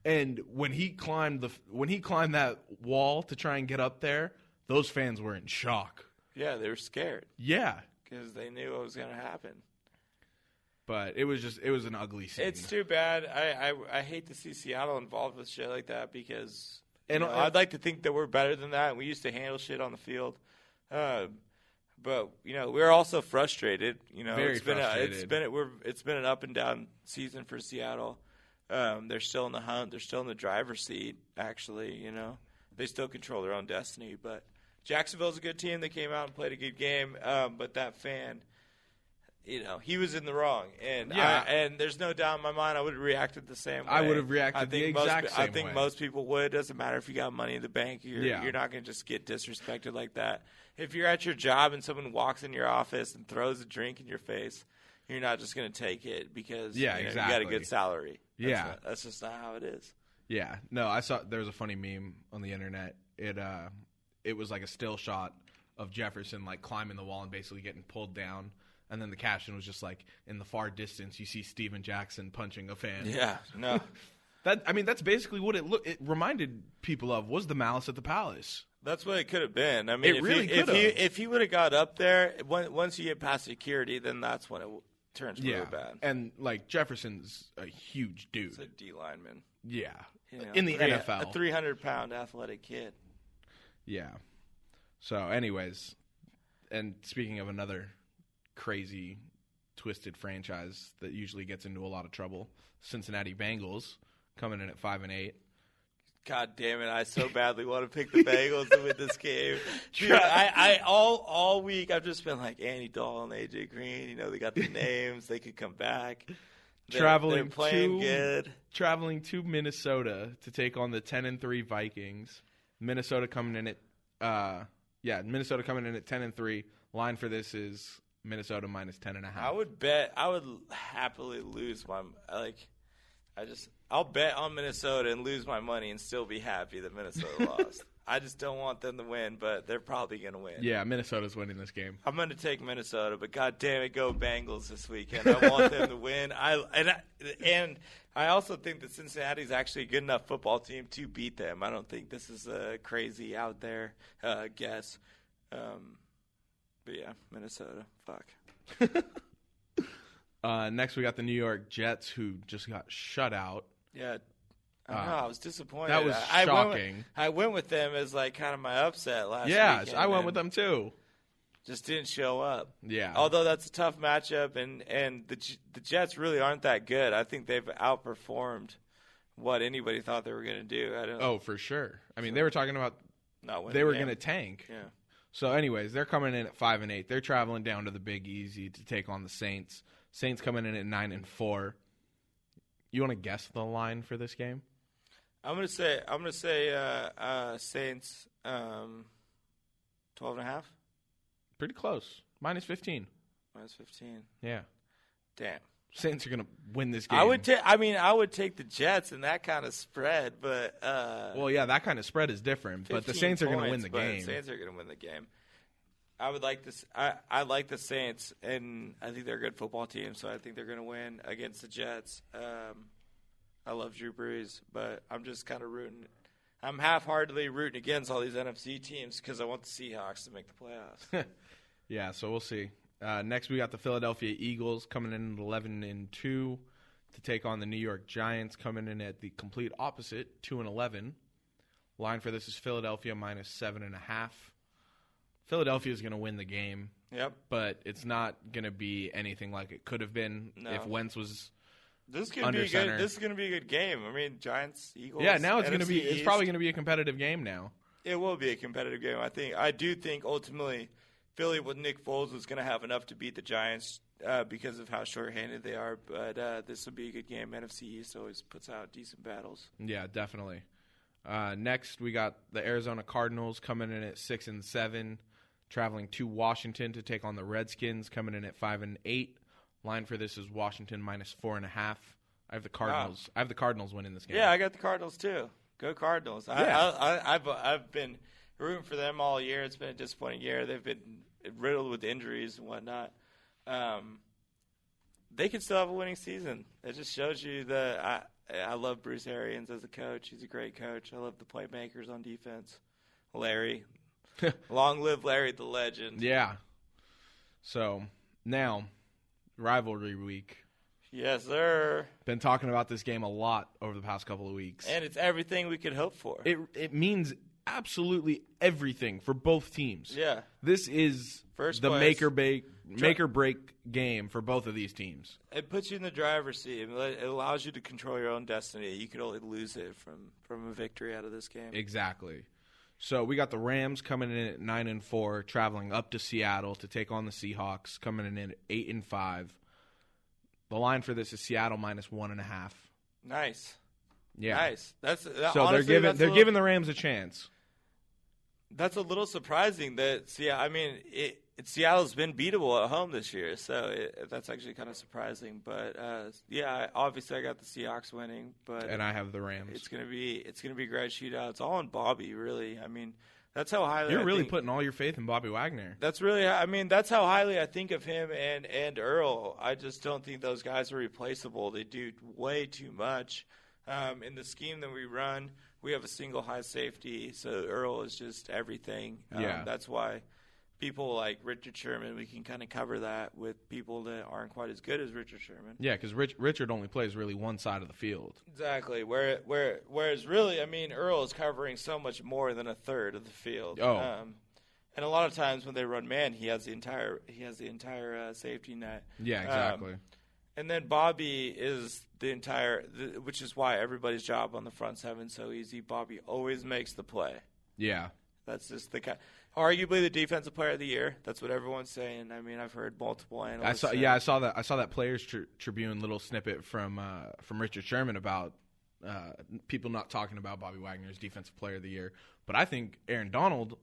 B: and when he climbed the when he climbed that wall to try and get up there, those fans were in shock.
C: Yeah, they were scared.
B: Yeah,
C: because they knew what was going to happen.
B: but it was just it was an ugly scene.
C: It's too bad. I, I I hate to see Seattle involved with shit like that because you
B: And-
C: know, I'd like to think that we're better than that. We used to handle shit on the field, um, but you know we're also frustrated. You know,
B: Very
C: it's been a, it's
B: frustrated.
C: been a- we're it's been an up and down season for Seattle. Um, they're still in the hunt. They're still in the driver's seat. Actually, you know, they still control their own destiny. But Jacksonville's a good team. They came out and played a good game. Um, but that fan you know, he was in the wrong, and
B: Yeah.
C: I, and there's no doubt in my mind I would have reacted the same. way.
B: I would have reacted
C: I
B: the
C: think
B: exact
C: most,
B: same
C: I think
B: way.
C: most people would. It doesn't matter if you got money in the bank. You're
B: Yeah.
C: you're not going to just get disrespected like that. If you're at your job and someone walks in your office and throws a drink in your face, you're not just going to take it because
B: Yeah,
C: you, know, you got
B: exactly.
C: a good salary. That's
B: Yeah.
C: not- that's just not how it is.
B: Yeah. No, I saw there was a funny meme on the internet. It uh it was like a still shot of Jefferson like climbing the wall and basically getting pulled down. And then the caption was just like, in the far distance, you see Steven Jackson punching a fan.
C: Yeah, no,
B: That I mean, that's basically what it look. It reminded people of was the Malice at the Palace.
C: That's what it could have been. I mean,
B: It
C: if,
B: really
C: he, if
B: could
C: he
B: have.
C: if he would have got up there, on- once you get past security, then that's when it w- turns really bad.
B: and like Jefferson's a huge dude.
C: He's a D lineman
B: yeah,
C: you know,
B: in the
C: three-
B: NFL.
C: A 300 pound athletic kid.
B: Yeah. So, anyways, and speaking of another crazy, twisted franchise that usually gets into a lot of trouble, Cincinnati Bengals coming in at five and eight.
C: God damn it! I so badly want to pick the Bengals to win this game. Dude, I, I all all week I've just been like Andy Dalton, AJ Green. You know they got the names; they could come back. They're,
B: Traveling
C: they're playing
B: to-
C: good.
B: Traveling to Minnesota to take on the ten and three Vikings. Minnesota coming in at uh yeah, Minnesota coming in at ten and three. Line for this is Minnesota minus ten and a half.
C: I would bet. I would happily lose my like. I just I'll bet on Minnesota and lose my money and still be happy that Minnesota lost. I just don't want them to win, but they're probably going to win.
B: yeah, Minnesota's winning this game.
C: I'm going to take Minnesota, but god damn it, go Bengals this weekend. I want them to win. I and I, and I also think that Cincinnati's actually a good enough football team to beat them. I don't think this is a crazy out there uh, guess. Um, but yeah, Minnesota. Fuck.
B: Uh, next, we got the New York Jets, who just got shut out.
C: Yeah. I don't
B: Uh,
C: know. I was disappointed.
B: that was
C: I, I went with-
B: shocking.
C: I went with them as like kind of my upset last.
B: yeah,
C: weekend
B: I went
C: and
B: with them too.
C: Just didn't show up.
B: Yeah.
C: Although that's a tough matchup, and and the J- the Jets really aren't that good. I think they've outperformed what anybody thought they were going to do. I don't
B: oh, for sure. I mean, they were talking about
C: not winning.
B: they were
C: yeah.
B: going to tank.
C: Yeah.
B: So, anyways, they're coming in at five and eight. They're traveling down to the Big Easy to take on the Saints. Saints coming in at nine and four. You want to guess the line for this game?
C: I'm going to say I'm going to say uh, uh, Saints um, 12 and a half
B: Pretty close, minus fifteen.
C: minus 15.
B: Yeah,
C: Damn.
B: Saints are going to win this game.
C: I would take. I mean, I would take the Jets in that kind of spread, but uh,
B: well, yeah, that kind of spread is different, but the
C: 15
B: Saints are going to win
C: points,
B: the
C: but
B: game.
C: Saints are going to win the game. I would like this. I, I like the Saints, and I think they're a good football team, so I think they're going to win against the Jets. Um, I love Drew Brees, but I'm just kind of rooting. I'm half-heartedly rooting against all these NFC teams because I want the Seahawks to make the playoffs.
B: Yeah, so we'll see. Uh, next, we got the Philadelphia Eagles coming in at 11 and 2 to take on the New York Giants, coming in at the complete opposite, 2 and 11. Line for this is Philadelphia minus 7.5. Philadelphia is going to win the game,
C: yep,
B: but it's not going to be anything like it could have been
C: No.
B: if Wentz was.
C: this could
B: Under
C: be a
B: center.
C: good. This is going to be a good game. I mean, Giants, Eagles.
B: yeah, now it's going to
C: NFC
B: be. It's
C: East.
B: probably going to be a competitive game now.
C: It will be a competitive game. I think. I do think ultimately, Philly with Nick Foles is going to have enough to beat the Giants uh, because of how shorthanded they are. But uh, this will be a good game. NFC East always puts out decent battles.
B: Yeah, definitely. Uh, next, we got the Arizona Cardinals coming in at six and seven, traveling to Washington to take on the Redskins, coming in at five and eight. Line for this is Washington minus four and a half. I have the Cardinals. I have the Cardinals winning this game.
C: Yeah, I got the Cardinals too. Go Cardinals! I,
B: Yeah.
C: I, I, I've I've been rooting for them all year. It's been a disappointing year. They've been riddled with injuries and whatnot. Um, they could still have a winning season. It just shows you the I I love Bruce Arians as a coach. He's a great coach. I love the playmakers on defense. Larry, long live Larry the legend.
B: yeah. So now, rivalry week.
C: Yes, sir.
B: Been talking about this game a lot over the past couple of weeks.
C: And it's everything we could hope for.
B: it it means absolutely everything for both teams.
C: yeah.
B: This is
C: First
B: the
C: place.
B: make or break make or break game for both of these teams.
C: it puts you in the driver's seat. It let- it allows you to control your own destiny. You could only lose it from from a victory out of this game.
B: Exactly. So we got the Rams coming in at nine and four, traveling up to Seattle to take on the Seahawks, coming in at eight and five. The line for this is Seattle minus one and a half.
C: nice,
B: Yeah.
C: nice. That's so
B: So they're giving they're giving the Rams a chance.
C: That's a little surprising that see, I mean, it, it, Seattle's been beatable at home this year, so it, that's actually kind of surprising. But uh, yeah, I- obviously I got the Seahawks winning, but
B: And I have the Rams.
C: it's gonna be it's gonna be a great shootout. It's all on Bobby, really. I mean, that's how highly I
B: You're really
C: think-
B: putting all your faith in Bobby Wagner.
C: That's really, I mean, that's how highly I think of him and and Earl. I just don't think those guys are replaceable. They do way too much. Um, in the scheme that we run, we have a single high safety, so Earl is just everything. Um,
B: Yeah.
C: that's why people like Richard Sherman, we can kind of cover that with people that aren't quite as good as Richard Sherman.
B: Yeah, because Rich, Richard only plays really one side of the field.
C: Exactly. Where where whereas really, I mean, Earl is covering so much more than a third of the field.
B: Oh.
C: Um, and a lot of times when they run man, he has the entire he has the entire uh, safety net.
B: Yeah,
C: Um,
B: exactly.
C: and then Bobby is the entire, th which is why everybody's job on the front seven so easy. Bobby always makes the play.
B: yeah,
C: That's just the guy. Arguably the defensive player of the year. That's what everyone's saying. I mean, I've heard multiple analysts.
B: I saw.
C: say-
B: Yeah, I saw that. I saw that Players tri- Tribune little snippet from uh, from Richard Sherman about uh, people not talking about Bobby Wagner's Defensive Player of the Year, but I think Aaron Donald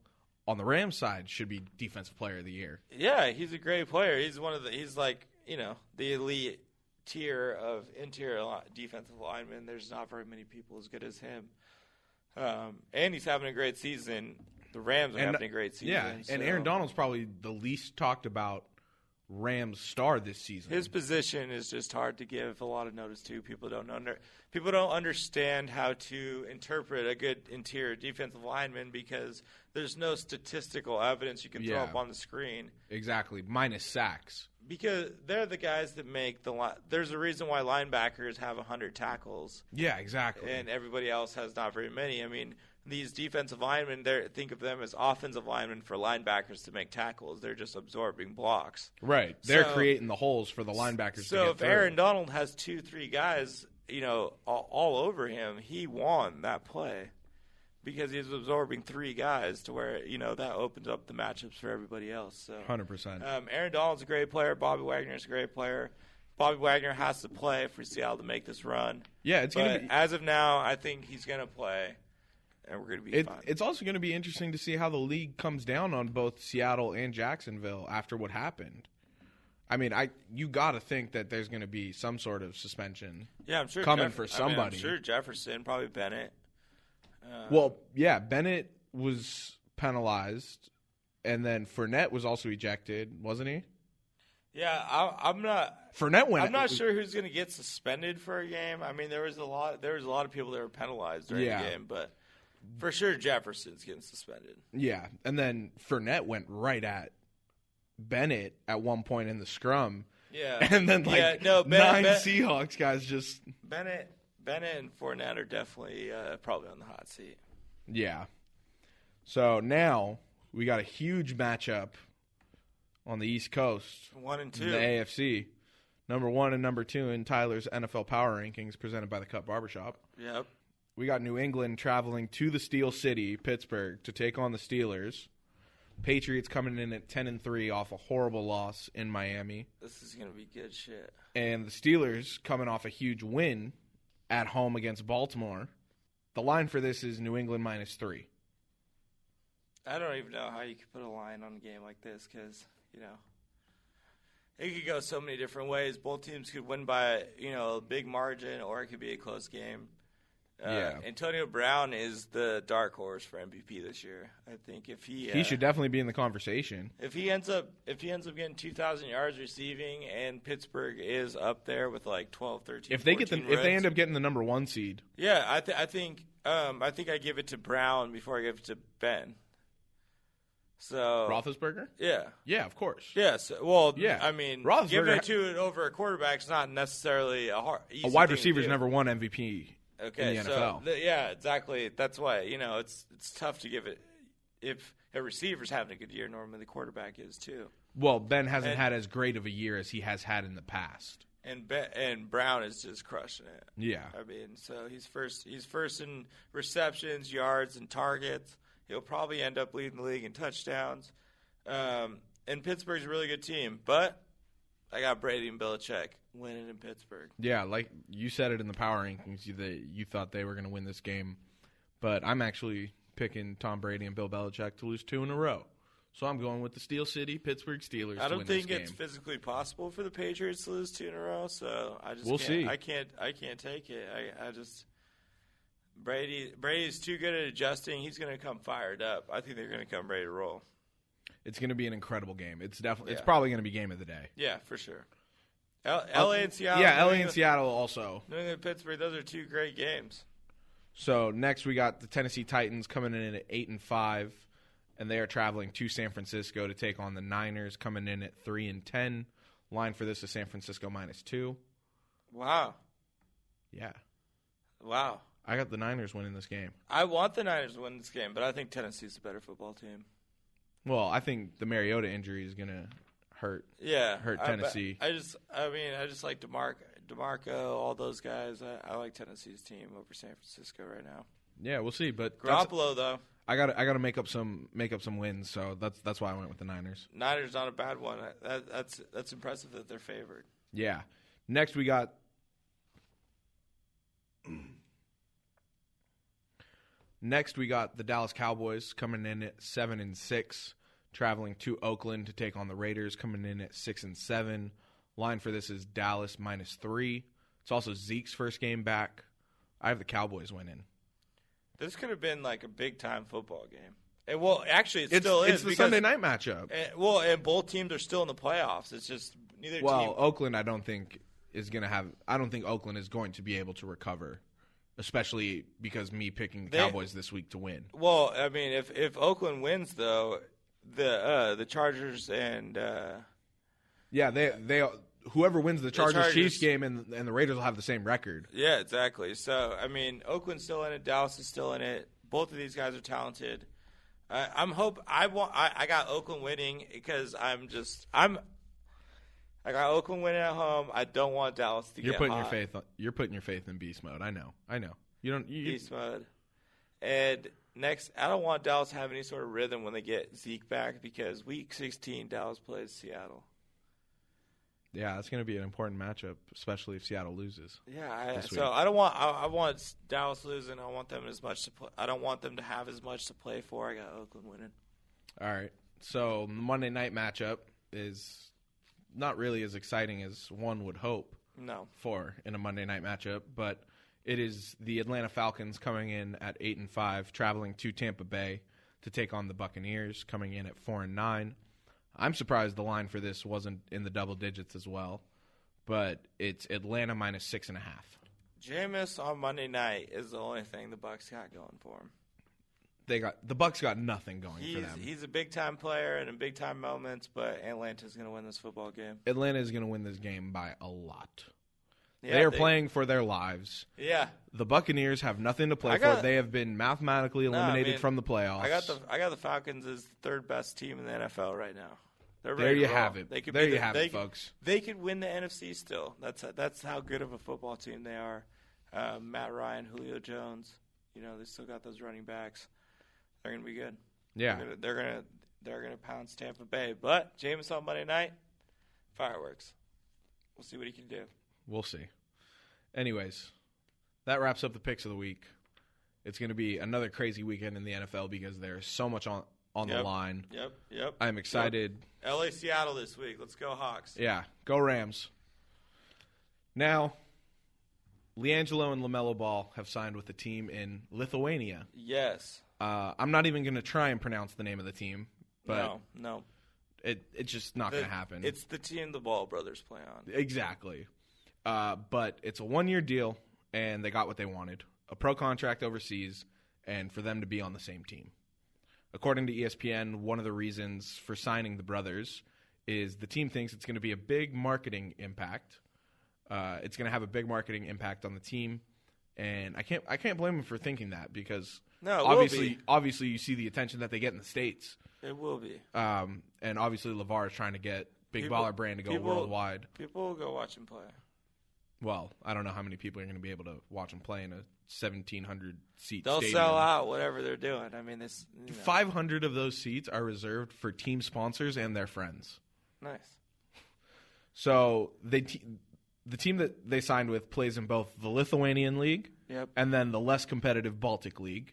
B: on the Rams side should be Defensive Player of the Year.
C: Yeah, he's a great player. He's one of the. He's like you know the elite tier of interior li- defensive linemen. There's not very many people as good as him. Um, and he's having a great season. The Rams are
B: And-
C: having a great season.
B: yeah, and Aaron
C: so
B: Donald's probably the least talked about Rams star this season.
C: His position is just hard to give a lot of notice to. People don't under people don't understand how to interpret a good interior defensive lineman because there's no statistical evidence you can throw
B: Yeah.
C: up on the screen.
B: exactly, minus sacks.
C: because they're the guys that make the line. There's a reason why linebackers have 100 tackles
B: Yeah, exactly.
C: and everybody else has not very many. I mean, these defensive linemen, they think of them as offensive linemen for linebackers to make tackles. They're just absorbing blocks.
B: right, they're
C: So-
B: creating the holes for the linebackers. to
C: So
B: get
C: if
B: through.
C: Aaron Donald has two, three guys, you know, all, all over him, he won that play because he's absorbing three guys to where you know that opens up the matchups for everybody else. So
B: hundred percent.
C: um, Aaron Donald's a great player. Bobby Wagner's a great player. Bobby Wagner has to play for Seattle to make this run.
B: Yeah, it's gonna
C: but
B: be.
C: as of now, I think he's going to play, and we're going to be
B: It,
C: fine.
B: it's also going to be interesting to see how the league comes down on both Seattle and Jacksonville after what happened. I mean, I you got to think that there's going to be some sort of suspension.
C: yeah, I'm sure
B: coming
C: Jeff-
B: for
C: I mean, I'm
B: somebody.
C: sure Jefferson, probably Bennett. Uh,
B: well, yeah, Bennett was penalized, and then Fournette was also ejected, wasn't he?
C: yeah, I, I'm not.
B: Fournette went.
C: I'm not sure who's going to get suspended for a game. I mean, there was a lot. There was a lot of people that were penalized during
B: Yeah.
C: the game, but for sure Jefferson's getting suspended.
B: Yeah, and then Fournette went right at Bennett at one point in the scrum,
C: Yeah,
B: and then like
C: yeah, no, Bennett,
B: nine
C: Ben-
B: Seahawks guys just
C: Bennett, Bennett, and Fournette are definitely uh, probably on the hot seat.
B: Yeah. So now we got a huge matchup on the East Coast
C: One and
B: in
C: two.
B: the AFC. Number one and number two in Tyler's NFL Power Rankings presented by the Cut Barbershop.
C: Yep.
B: We got New England traveling to the Steel City, Pittsburgh, to take on the Steelers. Patriots coming in at ten and three off a horrible loss in Miami.
C: This is gonna be good shit.
B: And the Steelers coming off a huge win at home against Baltimore. The line for this is New England minus three.
C: I don't even know how you could put a line on a game like this because you know it could go so many different ways. Both teams could win by you know a big margin, or it could be a close game. Uh,
B: Yeah.
C: Antonio Brown is the dark horse for MVP this year. I think if he uh,
B: He should definitely be in the conversation.
C: if he ends up if he ends up getting 2,000 yards receiving, and Pittsburgh is up there with like 12, 13,
B: if they get the
C: 14
B: if they
C: runs,
B: end up getting the number one seed,
C: Yeah, I, th- I think um, I think I give it to Brown before I give it to Ben. So
B: Roethlisberger.
C: yeah,
B: Yeah, of course.
C: Oh. yeah. So, well,
B: Yeah.
C: yeah. I mean,
B: Roethlisberger-
C: giving it to it over a quarterback is not necessarily a hard. Easy
B: a wide
C: thing to
B: receiver's
C: do.
B: never won MVP.
C: okay.
B: in the
C: so
B: NFL.
C: th- yeah, exactly. That's why you know it's it's tough to give it if a receiver's having a good year. Normally, the quarterback is too.
B: Well, Ben hasn't
C: And-
B: had as great of a year as he has had in the past.
C: And Be- and Brown is just crushing it.
B: Yeah,
C: I mean, so he's first. He's first in receptions, yards, and targets. He'll probably end up leading the league in touchdowns. Um, and Pittsburgh's a really good team, but I got Brady and Belichick winning in Pittsburgh.
B: yeah. Like you said it in the power rankings, you, that you thought they were going to win this game, but I'm actually picking Tom Brady and Bill Belichick to lose two in a row. So I'm going with the Steel City Pittsburgh Steelers.
C: I
B: to
C: don't
B: win
C: think
B: this
C: it's
B: game.
C: physically possible for the Patriots to lose two in a row, so I just
B: We'll
C: can't,
B: see.
C: I can't. I can't take it. I, I just Brady. Brady's too good at adjusting. He's going to come fired up. I think they're going to come ready to roll.
B: it's going to be an incredible game. It's definitely it's
C: Yeah.
B: probably going to be game of the day.
C: Yeah, for sure. L- LA and Seattle.
B: Yeah, LA and
C: Seattle.
B: Seattle also.
C: New England, Pittsburgh. Those are two great games.
B: So next we got the Tennessee Titans coming in at eight and five and they are traveling to San Francisco to take on the Niners, coming in at three and ten. Line for this is San Francisco minus two.
C: Wow.
B: Yeah,
C: Wow.
B: I got the Niners winning this game.
C: I want the Niners to win this game, but I think Tennessee's the better football team.
B: Well, I think the Mariota injury is gonna hurt.
C: Yeah,
B: Hurt
C: I- but
B: Tennessee.
C: I, just, I mean, I just like Demarc, Demarco, all those guys. I, I like Tennessee's team over San Francisco right now.
B: Yeah, we'll see. But that's-
C: Garoppolo though,
B: I got I got to make up some make up some wins. So that's that's why I went with the Niners.
C: Niners not a bad one. I- That, that's that's impressive that they're favored.
B: Yeah. Next we got. Next we got the Dallas Cowboys coming in at seven and six, traveling to Oakland to take on the Raiders, coming in at six and seven. Line for this is Dallas minus three. It's also Zeke's first game back. I have the Cowboys winning.
C: This could have been like a big time football game. And well, actually, it
B: It's,
C: still is
B: it's the
C: because-
B: Sunday night matchup.
C: eh, well, and both teams are still in the playoffs. It's just neither
B: Well,
C: team.
B: Oakland, I don't think is going to have. I don't think Oakland is going to be able to recover, especially because me picking the
C: They-
B: Cowboys this week to win.
C: Well, I mean, if if Oakland wins though, the uh, the Chargers and uh,
B: Yeah, they they whoever wins the Chargers
C: Chargers-
B: Chiefs game and and the Raiders will have the same record.
C: Yeah, exactly. So I mean, Oakland's still in it. Dallas is still in it. Both of these guys are talented. I I'm hope I want. I, I got Oakland winning because I'm just I'm. I got Oakland winning at home. I don't want Dallas to
B: You're
C: get
B: putting your
C: hot.
B: faith. On, you're putting your faith in beast mode. I know. I know. You don't. You,
C: beast mode. And next, I don't want Dallas to have any sort of rhythm when they get Zeke back because Week 16 Dallas plays Seattle.
B: yeah, it's going to be an important matchup, especially if Seattle loses.
C: Yeah, I,
B: This week.
C: so I don't want I, I want Dallas losing. I want them as much to play. I don't want them to have as much to play for. I got Oakland winning.
B: All right. So the Monday night matchup is not really as exciting as one would hope.
C: No.
B: for in a Monday night matchup, but it is the Atlanta Falcons coming in at eight and five, traveling to Tampa Bay to take on the Buccaneers, coming in at four and nine. I'm surprised the line for this wasn't in the double digits as well, but it's Atlanta minus six and a half.
C: Jameis on Monday night is the only thing the Bucks got going for him.
B: They got the Bucks got nothing going for
C: He's
B: them.
C: he's a big time player and in big time moments, but Atlanta's going to win this football game.
B: Atlanta is going to win this game by a lot.
C: Yeah,
B: they are playing for their lives.
C: Yeah,
B: The Buccaneers have nothing to play
C: I got-
B: for. They have been mathematically
C: I
B: eliminated
C: mean,
B: from the playoffs.
C: I got the I got the Falcons as the third best team in the NFL right now. They're
B: There
C: ready
B: you
C: to
B: have
C: roll.
B: it.
C: They could
B: There
C: be
B: you
C: the-
B: have
C: they
B: it,
C: could-
B: folks.
C: They could win the NFC still. That's that's how good of a football team they are. Uh, Matt Ryan, Julio Jones. You know they still got those running backs. They're going to be good.
B: yeah.
C: They're gonna, they're gonna they're gonna pound Tampa Bay. But James on Monday night, fireworks. We'll see what he can do.
B: We'll see. Anyways, that wraps up the picks of the week. It's going to be another crazy weekend in the NFL because there's so much on on the
C: Yep.
B: line.
C: Yep, yep.
B: I'm excited.
C: LA Seattle this week. Let's go Hawks.
B: Yeah, go Rams. Now, LiAngelo and LaMelo Ball have signed with a team in Lithuania.
C: Yes.
B: Uh, I'm not even going to try and pronounce the name of the team, but
C: no, no.
B: it it's just not
C: The-
B: going to happen.
C: It's the team the Ball brothers play on.
B: Exactly. Uh, but it's a one year deal, and they got what they wanted a pro contract overseas, and for them to be on the same team. According to E ESPN, one of the reasons for signing the brothers is the team thinks it's going to be a big marketing impact. Uh, it's going to have a big marketing impact on the team, and I can't I can't blame them for thinking that because
C: No, it will
B: obviously
C: be.
B: obviously you see the attention that they get in the states,
C: It will be.
B: um, and obviously Levar is trying to get Big
C: People-
B: Baller Brand to go
C: people-
B: worldwide.
C: People will go watch him play.
B: Well, I don't know how many people are going to be able to watch them play in a 1,700 seat
C: They'll
B: stadium.
C: sell out whatever they're doing. I mean, this you know,
B: 500 of those seats are reserved for team sponsors and their friends.
C: nice.
B: So they te- the team that they signed with plays in both the Lithuanian league
C: Yep. Mm-hmm.
B: and then the less competitive Baltic league.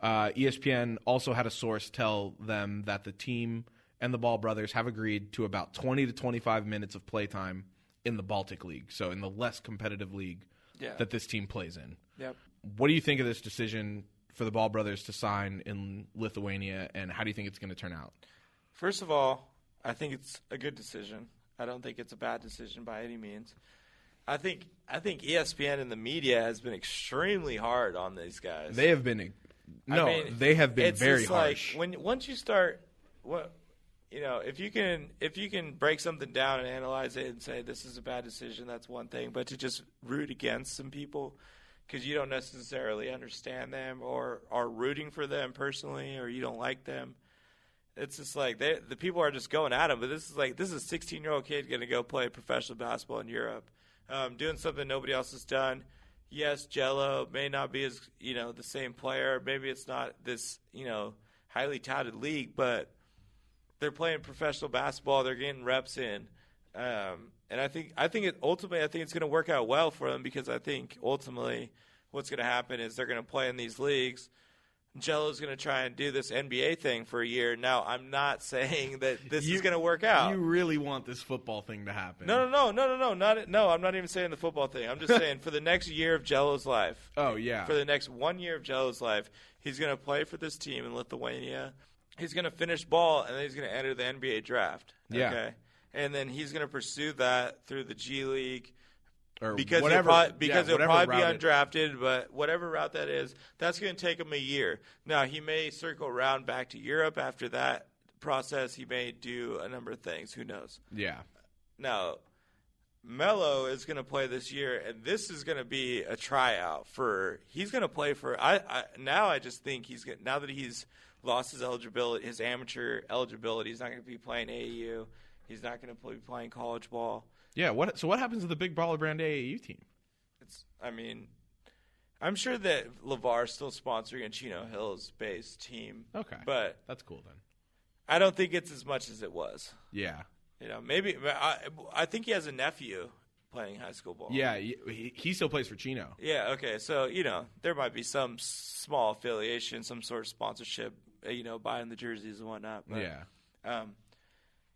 B: Uh, ESPN also had a source tell them that the team and the Ball brothers have agreed to about 20 to 25 minutes of playtime in the Baltic league, so in the less competitive league
C: Yeah.
B: that this team plays in.
C: Yep.
B: What do you think of this decision for the Ball brothers to sign in Lithuania, and how do you think it's going to turn out?
C: First of all, I think it's a good decision. I don't think it's a bad decision by any means. I think E I think ESPN and the media has been extremely hard on these guys.
B: They have been No, they have been
C: it's
B: very
C: just like,
B: harsh.
C: when once you start, what you know, if you can if you can break something down and analyze it and say this is a bad decision, that's one thing. But to just root against some people because you don't necessarily understand them or are rooting for them personally or you don't like them. It's just like they, the people are just going at him, but this is like this is a 16 year old kid going to go play professional basketball in Europe, um, doing something nobody else has done. Yes, Jello may not be as you know the same player. Maybe it's not this you know highly touted league, but they're playing professional basketball. They're getting reps in, um, and I think I think it, ultimately I think it's going to work out well for them because I think ultimately what's going to happen is they're going to play in these leagues. Jello's going to try and do this NBA thing for a year. Now I'm not saying that this is going to work out.
B: You really want this football thing to happen?
C: no, no, no, no, no, no, not no. I'm not even saying the football thing. I'm just saying for the next year of Jello's life,
B: Oh yeah.
C: for the next one year of Jello's life, he's going to play for this team in Lithuania. He's going to finish ball, and then he's going to enter the NBA draft.
B: Yeah.
C: Okay? And then he's going to pursue that through the G League
B: or
C: because
B: whatever.
C: He'll probably,
B: yeah,
C: because he'll
B: whatever
C: probably be
B: route it-
C: undrafted, but whatever route that is, that's going to take him a year. Now he may circle around back to Europe after that process. He may do a number of things. Who knows?
B: Yeah.
C: Now, Melo is going to play this year, and this is going to be a tryout for. He's going to play for. I, I now I just think he's going now that he's lost his eligibility, his amateur eligibility. He's not going to be playing AAU. He's not going to be playing college ball.
B: Yeah. What? So what happens to the big baller brand AAU team?
C: It's. I mean, I'm sure that Lavar's still sponsoring a Chino Hills based team.
B: Okay.
C: but
B: That's cool then.
C: I don't think it's as much as it was.
B: Yeah.
C: You know, maybe I. I think he has a nephew playing high school ball.
B: Yeah. y- He, he still plays for Chino.
C: Yeah, okay. So, you know, there might be some s- small affiliation, some sort of sponsorship, uh, you know, buying the jerseys and whatnot. But,
B: Yeah.
C: Um,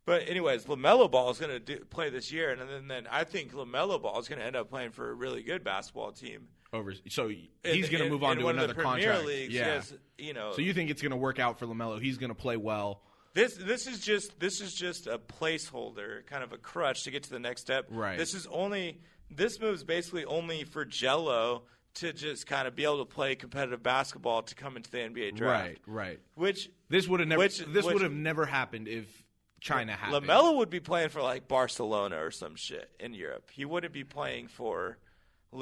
C: but, anyways, LaMelo Ball is going to play this year. And then, then I think LaMelo Ball is going to end up playing for a really good basketball team.
B: Over. So he's
C: In-
B: going to
C: in-
B: move on
C: in
B: to
C: one
B: another
C: of the Premier
B: contract.
C: Leagues,
B: yeah.
C: yes, you know,
B: So you think it's going to work out for Lamelo? He's going to play well.
C: This this is just this is just a placeholder, kind of a crutch to get to the next step.
B: Right.
C: This is only this move's basically only for Jello to just kind of be able to play competitive basketball to come into the NBA draft.
B: Right. Right.
C: Which
B: This would have never.
C: Which-
B: this
C: which-
B: would have never happened if China happened.
C: Lamelo would be playing for like Barcelona or some shit in Europe. He wouldn't be playing for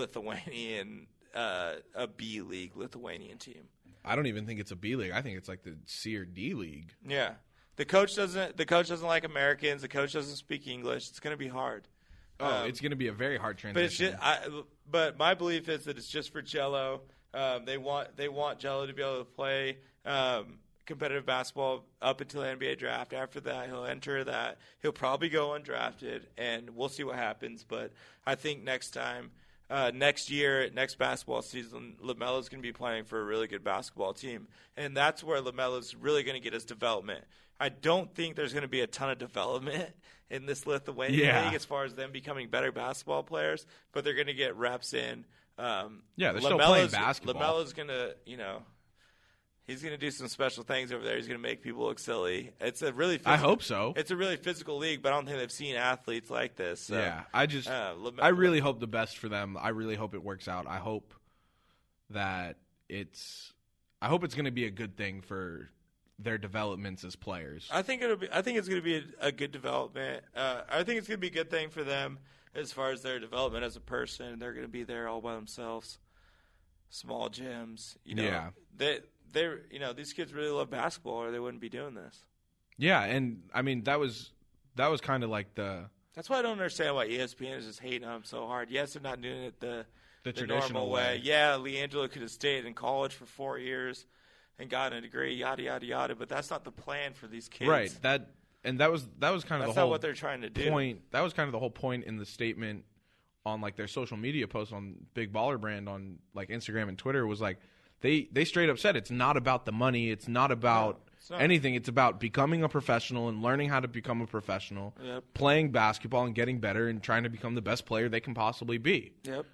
C: Lithuanian uh, a B league Lithuanian team.
B: I don't even think it's a B league. I think it's like the C or D league.
C: Yeah. The coach doesn't. The coach doesn't like Americans. The coach doesn't speak English. It's going to be hard.
B: Oh, it's going to be a very hard transition.
C: Um, But it's just, I, but my belief is that it's just for Jello. Um, they want they want Jello to be able to play um, competitive basketball up until the NBA draft. After that, he'll enter that. He'll probably go undrafted, and we'll see what happens. But I think next time, uh, next year, next basketball season, Lamelo's going to be playing for a really good basketball team, and that's where Lamelo's really going to get his development. I don't think there's going to be a ton of development in this Lithuanian
B: Yeah.
C: league as far as them becoming better basketball players, but they're going to get reps in. Um,
B: Yeah, they're still playing
C: LaMelo's-
B: basketball.
C: LaMelo's going to, you know, he's going to do some special things over there. He's going to make people look silly. It's a really physical,
B: I hope so.
C: It's a really physical league, but I don't think they've seen athletes like this. So,
B: yeah, I just
C: uh, Lame-
B: I really hope the best for them. I really hope it works out. I hope that it's I hope it's going to be a good thing for their developments as players.
C: I think it'll be. I think it's going to be a, a good development. Uh, I think it's going to be a good thing for them as far as their development as a person. They're going to be there all by themselves. Small gyms, you know.
B: Yeah.
C: They they you know these kids really love basketball, or they wouldn't be doing this.
B: yeah, and I mean that was that was kind of like the
C: That's why I don't understand why E ESPN is just hating on them so hard. Yes, they're not doing it the
B: the,
C: the
B: traditional
C: normal way. Yeah, LiAngelo could have stayed in college for four years and gotten a degree, yada yada yada. But that's not the plan for these kids.
B: Right. That and that was that was kind of
C: That's
B: the
C: not
B: whole
C: what they're trying to do.
B: point. That was kind of the whole point in the statement on like their social media post on Big Baller Brand on like Instagram and Twitter was like they they straight up said it's not about the money, it's not about
C: it's not.
B: anything. It's about becoming a professional and learning how to become a professional,
C: Yep.
B: playing basketball and getting better and trying to become the best player they can possibly be.
C: Yep.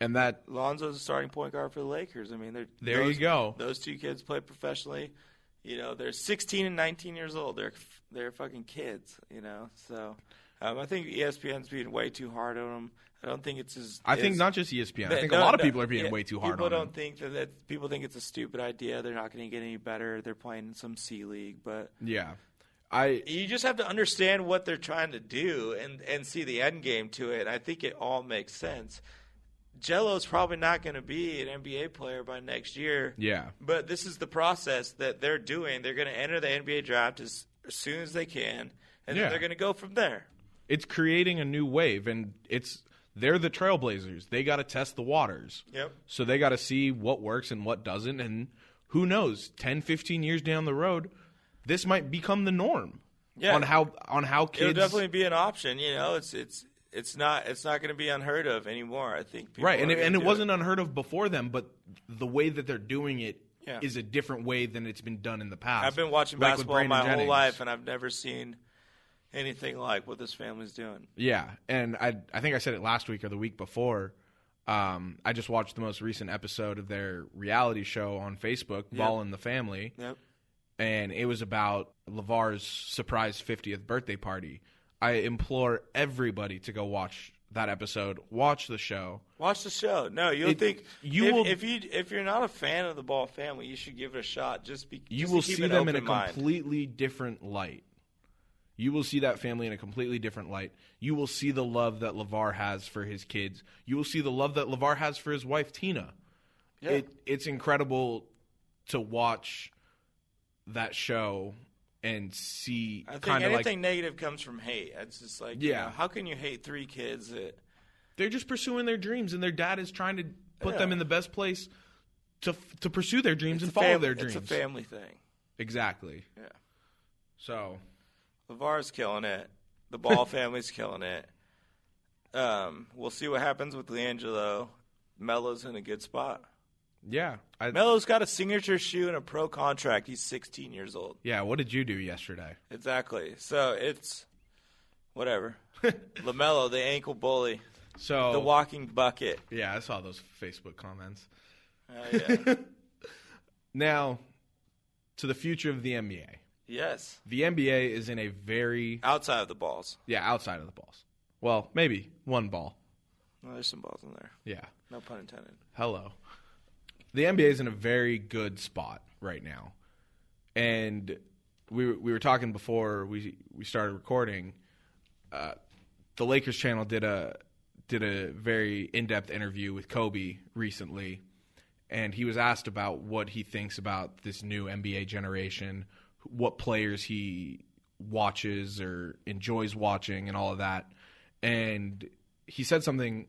B: And that
C: Lonzo's a starting point guard for the Lakers. I mean, they're
B: There you
C: those-
B: go.
C: Those two kids play professionally. You know, they're 16 and 19 years old. They're they're fucking kids. You know, so Um, I think ESPN's being way too hard on him. I don't think it's as.
B: I think
C: as-
B: not just E ESPN. I
C: that-
B: think a
C: no,
B: lot of
C: no,
B: people are being
C: yeah,
B: way too hard
C: people
B: on
C: don't
B: him.
C: think that, that people think it's a stupid idea. They're not going to get any better. They're playing in some C league, but
B: yeah, I
C: you just have to understand what they're trying to do and and see the end game to it. I think it all makes sense. Jello's probably not going to be an NBA player by next year.
B: yeah
C: But this is the process that they're doing. They're going to enter the NBA draft as, as soon as they can, and
B: Yeah.
C: then they're going to go from there.
B: it's creating a new wave and it's they're the trailblazers they got to test the waters
C: Yep.
B: so they got to see what works and what doesn't and who knows 10 15 years down the road this might become the norm
C: Yeah.
B: on how on how kids
C: It'll definitely be an option. You know, it's it's it's not it's not going to be unheard of anymore. I think. people
B: right and
C: are
B: it,
C: gonna
B: and it
C: do
B: wasn't unheard of before them but the way that they're doing it is
C: Yeah.
B: a different way than it's been done in the past
C: I've been watching
B: like with
C: basketball
B: Brandon
C: my whole
B: Jennings.
C: life, and I've never seen anything like what this family's doing.
B: Yeah, and I I think I said it last week or the week before. Um, I just watched the most recent episode of their reality show on Facebook, Ball in the Family,
C: Yep.
B: and it was about LeVar's surprise 50th birthday party. I implore everybody to go watch that episode, watch the show.
C: Watch the show. No, you'll
B: It-
C: think
B: you
C: if,
B: will-
C: if you if you're not a fan of the Ball family, you should give it a shot. Just be
B: You
C: just to
B: will
C: keep
B: see
C: an
B: them in a
C: open mind.
B: completely different light. You will see that family in a completely different light. You will see the love that LeVar has for his kids. You will see the love that LeVar has for his wife, Tina.
C: Yeah.
B: it it's incredible to watch that show and see
C: I think
B: kind of
C: anything
B: like
C: negative comes from hate. It's just like, you
B: Yeah.
C: know, how can you hate three kids? That,
B: they're just pursuing their dreams and their dad is trying to put
C: Yeah.
B: them in the best place to f- to pursue their dreams and
C: a
B: follow
C: fam-
B: their
C: It's
B: dreams.
C: a family thing.
B: exactly.
C: Yeah.
B: So,
C: LeVar's killing it. The Ball family's killing it. Um, we'll see what happens with LiAngelo. Melo's in a good spot.
B: yeah. I,
C: Melo's got a signature shoe and a pro contract. He's 16 years old.
B: yeah, what did you do yesterday?
C: Exactly. So it's whatever. LaMelo, the ankle bully,
B: So,
C: the walking bucket.
B: yeah, I saw those Facebook comments.
C: Oh, yeah.
B: Now, to the future of the NBA.
C: yes.
B: The NBA is in a very
C: Outside of the balls.
B: yeah, outside of the balls. Well, maybe one ball.
C: No, there's some balls in there.
B: Yeah.
C: No pun intended.
B: Hello. The NBA is in a very good spot right now, and we were- we were talking before we we started recording. Uh, the Lakers channel did a did a very in depth interview with Kobe recently, and he was asked about what he thinks about this new NBA generation, what players he watches or enjoys watching, and all of that. And he said something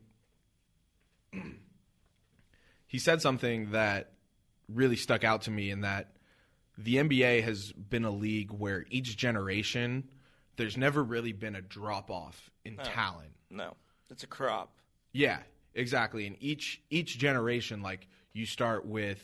B: he said something that really stuck out to me in that the NBA has been a league where each generation there's never really been a drop off in talent.
C: No. It's a crop.
B: Yeah, exactly. And each each generation like you start with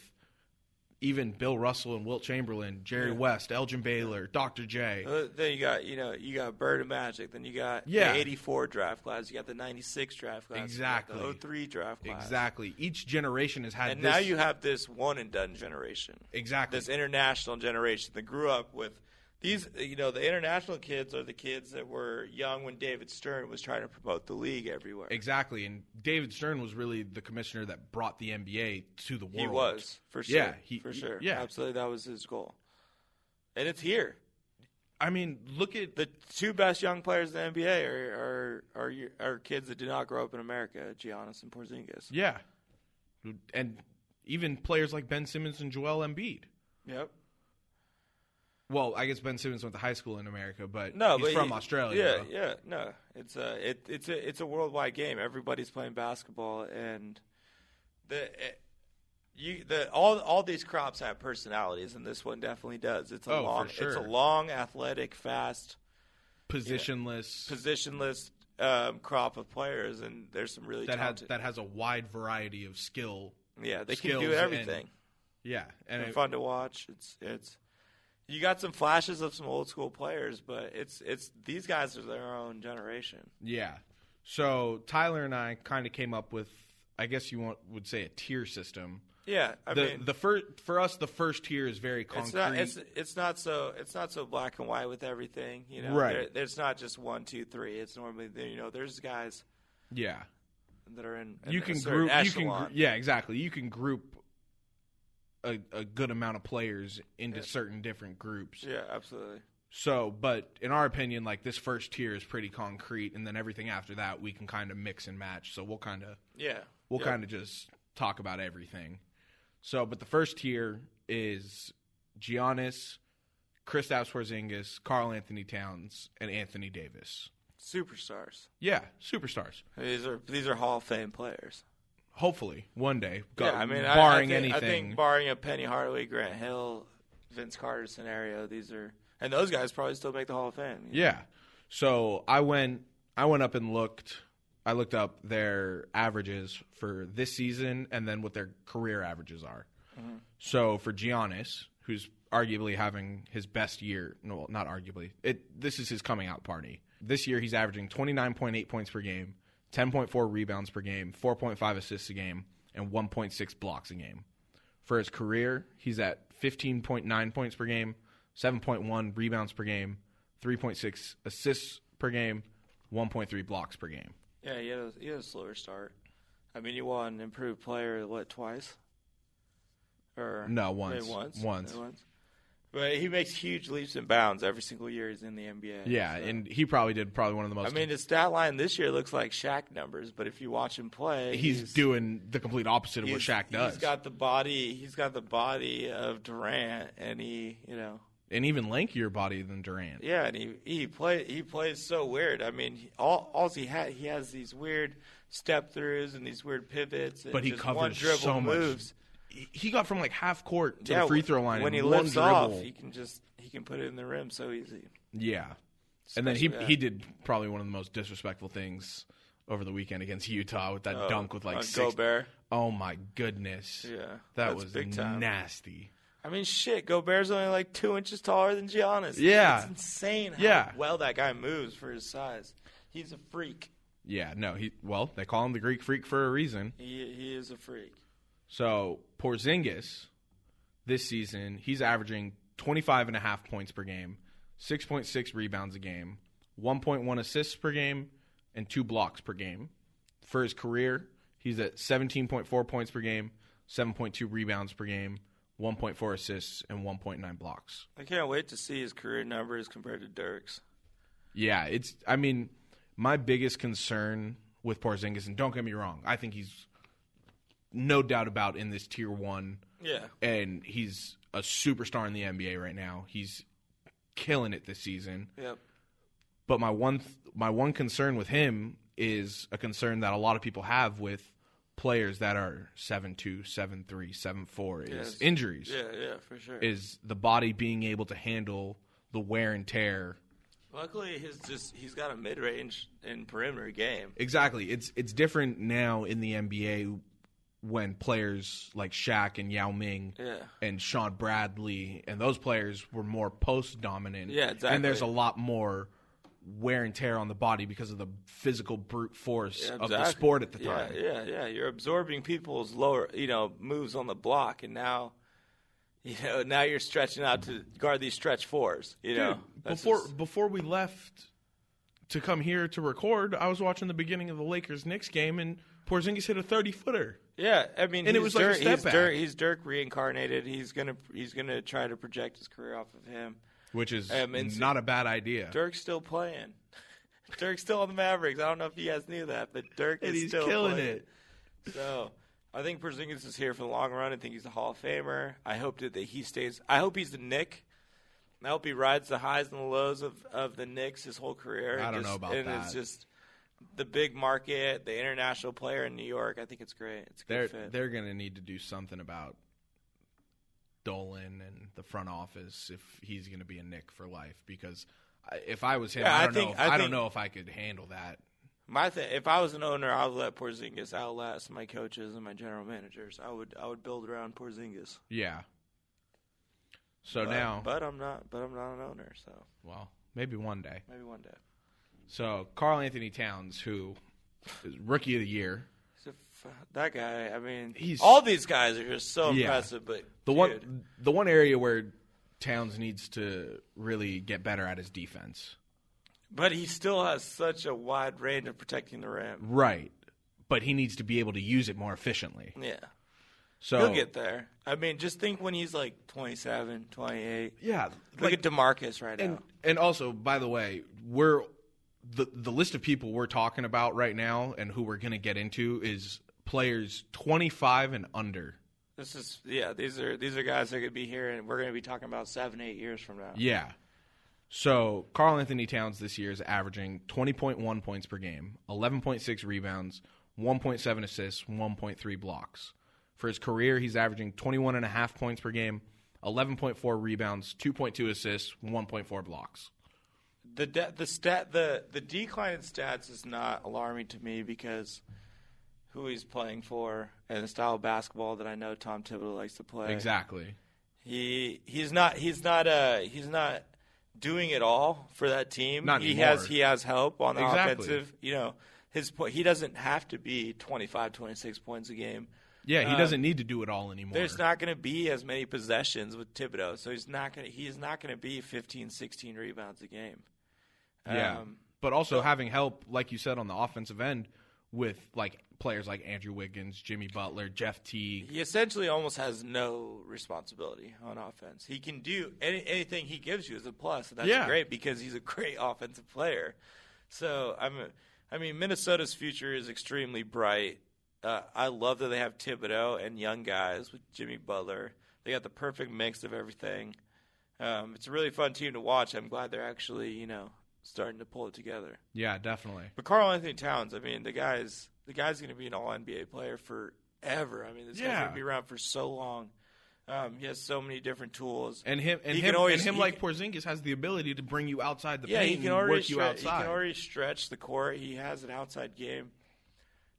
B: even Bill Russell and Wilt Chamberlain, Jerry West, Elgin Baylor, Dr. J.
C: Uh, Then you got you know you got Bird of Magic. Then you got
B: Yeah.
C: the '84 draft class. You got the '96 draft class. You
B: Exactly.
C: got the '03 draft class.
B: Exactly. Each generation has had
C: And
B: this
C: now you have this one and done generation.
B: Exactly.
C: This international generation that grew up with these. You know the international kids are the kids that were young when David Stern was trying to promote the league everywhere.
B: Exactly. And David Stern was really the commissioner that brought the NBA to the world.
C: He was for sure.
B: Yeah, he-
C: for sure.
B: yeah.
C: absolutely. That was his goal, and it's here.
B: I mean, look at
C: The two best young players in the NBA are are are, are kids that did not grow up in America, Giannis and Porzingis.
B: Yeah. And even players like Ben Simmons and Joel Embiid.
C: Yep.
B: Well, I guess Ben Simmons went to high school in America, but
C: No,
B: he's
C: but
B: from
C: he-
B: Australia.
C: Yeah, yeah. No, it's a it, it's a it's a worldwide game. Everybody's playing basketball, and the it, you the all all these crops have personalities, and this one definitely does. It's a
B: Oh, for
C: long, it's
B: sure.
C: a long, athletic, fast,
B: Positionless
C: positionless um, crop of players, and there's some really
B: that has
C: talented.
B: that has a wide variety of skill.
C: yeah, they can
B: skills
C: do
B: and-
C: everything.
B: Yeah. And
C: They're
B: it-
C: fun to watch. It's it's. You got some flashes of some old school players, but it's it's these guys are their own generation.
B: yeah. So Tyler and I kind of came up with I guess you want, would say a tier system.
C: Yeah, I
B: the
C: mean,
B: the first for us the first tier is very concrete.
C: it's not it's it's not so it's not so black and white with everything. You know,
B: Right.
C: There, it's not just one, two, three. It's normally you know there's guys
B: yeah,
C: that are in,
B: you
C: in
B: can
C: a certain
B: group. You can
C: echelon.
B: gr- yeah, exactly. You can group a, a good amount of players into certain different groups.
C: yeah, absolutely.
B: So, but in our opinion, like this first tier is pretty concrete, and then everything after that we can kind of mix and match. So we'll kind of
C: Yeah,
B: we'll kind of just talk about everything. So, but the first tier is Giannis, Kristaps Porzingis, Carl Anthony Towns, and Anthony Davis.
C: superstars.
B: Yeah, superstars.
C: These are these are Hall of Fame players.
B: Hopefully, one day. Go-
C: yeah, I mean, I-
B: barring
C: I, think,
B: anything.
C: I think barring a Penny Hardaway, Grant Hill, Vince Carter scenario, these are and those guys probably still make the Hall of Fame. you know?
B: yeah. So I went. I went up and looked. I looked up their averages for this season and then what their career averages are. So for Giannis, who's arguably having his best year, no, well, not arguably. It this is his coming out party. This year he's averaging 29.8 points per game, 10.4 rebounds per game, 4.5 assists a game, and 1.6 blocks a game. For his career, he's at 15.9 points per game, 7.1 rebounds per game, 3.6 assists per game, 1.3 blocks per game.
C: Yeah, he had, a, he had a slower start. I mean, he won improved player what twice? Or
B: No,
C: maybe
B: once.
C: once,
B: Once.
C: Maybe But he makes huge leaps and bounds every single year he's in the NBA.
B: Yeah,
C: so-
B: and he probably did probably one of the
C: I
B: most.
C: mean, his stat line this year looks like Shaq numbers, but if you watch him play,
B: he's, doing the complete opposite of what
C: he's-
B: Shaq does,
C: He's got the body. He's got the body of Durant, and he, you know,
B: and even lankier body than Durant.
C: Yeah, and he he play he plays so weird. I mean, he- all all he had he has these weird step throughs and these weird pivots. And
B: But he
C: just
B: covers
C: one dribble
B: so much
C: moves.
B: He- He got from like half court to
C: yeah,
B: the free throw line
C: when
B: in
C: he
B: one
C: lifts
B: dribble.
C: off, he can just he can put it in the rim so easy.
B: yeah, and then he
C: Especially that.
B: he did probably one of the most disrespectful things over the weekend against Utah with that
C: Oh,
B: dunk with like
C: on
B: six.
C: Gobert.
B: Oh my goodness!
C: Yeah,
B: that
C: that's
B: was
C: big time.
B: nasty.
C: I mean, shit, Gobert's only like two inches taller than Giannis.
B: Yeah.
C: it's insane. How
B: Yeah.
C: well that guy moves for his size. He's a freak.
B: Yeah, no, he well they call him the Greek Freak for a reason.
C: He he is a freak.
B: So Porzingis this season, he's averaging 25 and a half points per game, 6.6 rebounds a game, 1.1 assists per game, and two blocks per game. For his career, he's at 17.4 points per game, 7.2 rebounds per game, 1.4 assists, and 1.9 blocks.
C: I can't wait to see his career numbers compared to Dirk's.
B: Yeah, it's. I mean, my biggest concern with Porzingis, and don't get me wrong, I think he's no doubt about in this tier one,
C: Yeah,
B: and he's a superstar in the NBA right now. He's killing it this season.
C: yep.
B: But my one, th- my one concern with him is a concern that a lot of people have with players that are seven two, seven three, seven four is
C: Yes.
B: injuries.
C: Yeah, yeah, for sure.
B: Is the body being able to handle the wear and tear
C: Luckily, his just he's got a mid range and perimeter game.
B: Exactly. It's it's different now in the NBA when players like Shaq and Yao Ming
C: Yeah,
B: and Sean Bradley and those players were more post dominant.
C: Yeah, exactly.
B: And there's a lot more wear and tear on the body because of the physical brute force
C: yeah
B: of the sport at the
C: Yeah,
B: time.
C: Yeah, yeah, You're absorbing people's lower, you know, moves on the block, and now, you know, now you're stretching out to guard these stretch fours. You know,
B: Dude,
C: That's
B: before
C: just-
B: before we left to come here to record, I was watching the beginning of the Lakers Knicks game and Porzingis hit a thirty footer.
C: yeah, I mean,
B: And it
C: he's
B: was like a
C: Dirk,
B: step
C: he's,
B: back.
C: Dirk, he's Dirk reincarnated. He's gonna he's gonna try to project his career off of him.
B: Which is
C: Um, and-
B: not a bad idea.
C: Dirk's still playing. Dirk's still on the Mavericks. I don't know if you guys knew that, but Dirk
B: and
C: is
B: he's
C: still
B: killing
C: playing.
B: it.
C: So I think Porzingis is here for the long run. I think he's a Hall of Famer. I hope that, that he stays. I hope he's the Nick. I hope he rides the highs and the lows of, of the Knicks his whole career.
B: I
C: And
B: don't know
C: just,
B: about
C: and it's
B: that.
C: just the big market, the international player in New York. I think it's great. It's a
B: they're
C: good fit.
B: they're gonna need to do something about Dolan and the front office if he's gonna be a Nick for life because I- if I was him,
C: Yeah,
B: I
C: I
B: don't know.
C: think-
B: If, I,
C: I
B: don't
C: think-
B: know if I could handle that.
C: My thing, if I was an owner, I would let Porzingis outlast my coaches and my general managers. I would I would build around Porzingis.
B: Yeah. So
C: but,
B: now,
C: but I'm not. But I'm not an owner, so
B: well, maybe one day.
C: maybe one day.
B: So Carl Anthony Towns, who is rookie of the year,
C: He's a that guy. I mean,
B: He's-
C: all these guys are just so
B: Yeah.
C: impressive. But
B: The
C: dude,
B: one the one area where Towns needs to really get better at is defense.
C: but he still has such a wide range of protecting the rim.
B: Right. But he needs to be able to use it more efficiently.
C: Yeah,
B: So
C: he'll get there. I mean, just think when he's like 27, 28.
B: yeah,
C: Look at Demarcus right
B: and
C: now.
B: and also by the way, we're the the list of people we're talking about right now and who we're going to get into is players 25 and under.
C: This is yeah. These are these are guys that could be here, and we're going to be talking about seven, eight years from now.
B: Yeah. So Carl Anthony Towns this year is averaging 20.1 points per game, 11.6 rebounds, 1.7 assists, 1.3 blocks. For his career, he's averaging 21.5 points per game, 11.4 rebounds, 2.2 assists, 1.4 blocks.
C: the de- the stat the the decline in stats is not alarming to me because who he's playing for and the style of basketball that I know Tom Thibodeau likes to play.
B: Exactly.
C: He he's not he's not uh he's not doing it all for that team.
B: Not
C: he
B: anymore.
C: has he has help on the
B: Exactly.
C: offensive, you know. His po- he doesn't have to be 25 26 points a game.
B: Yeah, he
C: Um,
B: doesn't need to do it all anymore.
C: There's not going to be as many possessions with Thibodeau, so he's not going to he's not going to be 15 16 rebounds a game.
B: yeah.
C: um,
B: but also having help, like you said, on the offensive end with like players like Andrew Wiggins, Jimmy Butler, Jeff Teague.
C: He essentially almost has no responsibility on offense. He can do any, anything he gives you is a plus, and that's
B: Yeah.
C: great because he's a great offensive player. So I'm, I mean, Minnesota's future is extremely bright. Uh, I love that they have Thibodeau and young guys with Jimmy Butler. They got the perfect mix of everything. Um, it's a really fun team to watch. I'm glad they're actually, you know, starting to pull it together.
B: Yeah, definitely.
C: But Carl Anthony Towns, I mean, the guy's the guy's going to be an All NBA player forever. I mean, this guy's
B: Yeah.
C: going to be around for so long. Um, he has so many different tools.
B: And him and
C: He
B: him,
C: can always-
B: and him
C: he
B: like
C: can-
B: Porzingis has the ability to bring you outside the
C: yeah,
B: paint
C: he can
B: and
C: already
B: work you
C: stre-
B: outside.
C: He can already stretch the court. He has an outside game.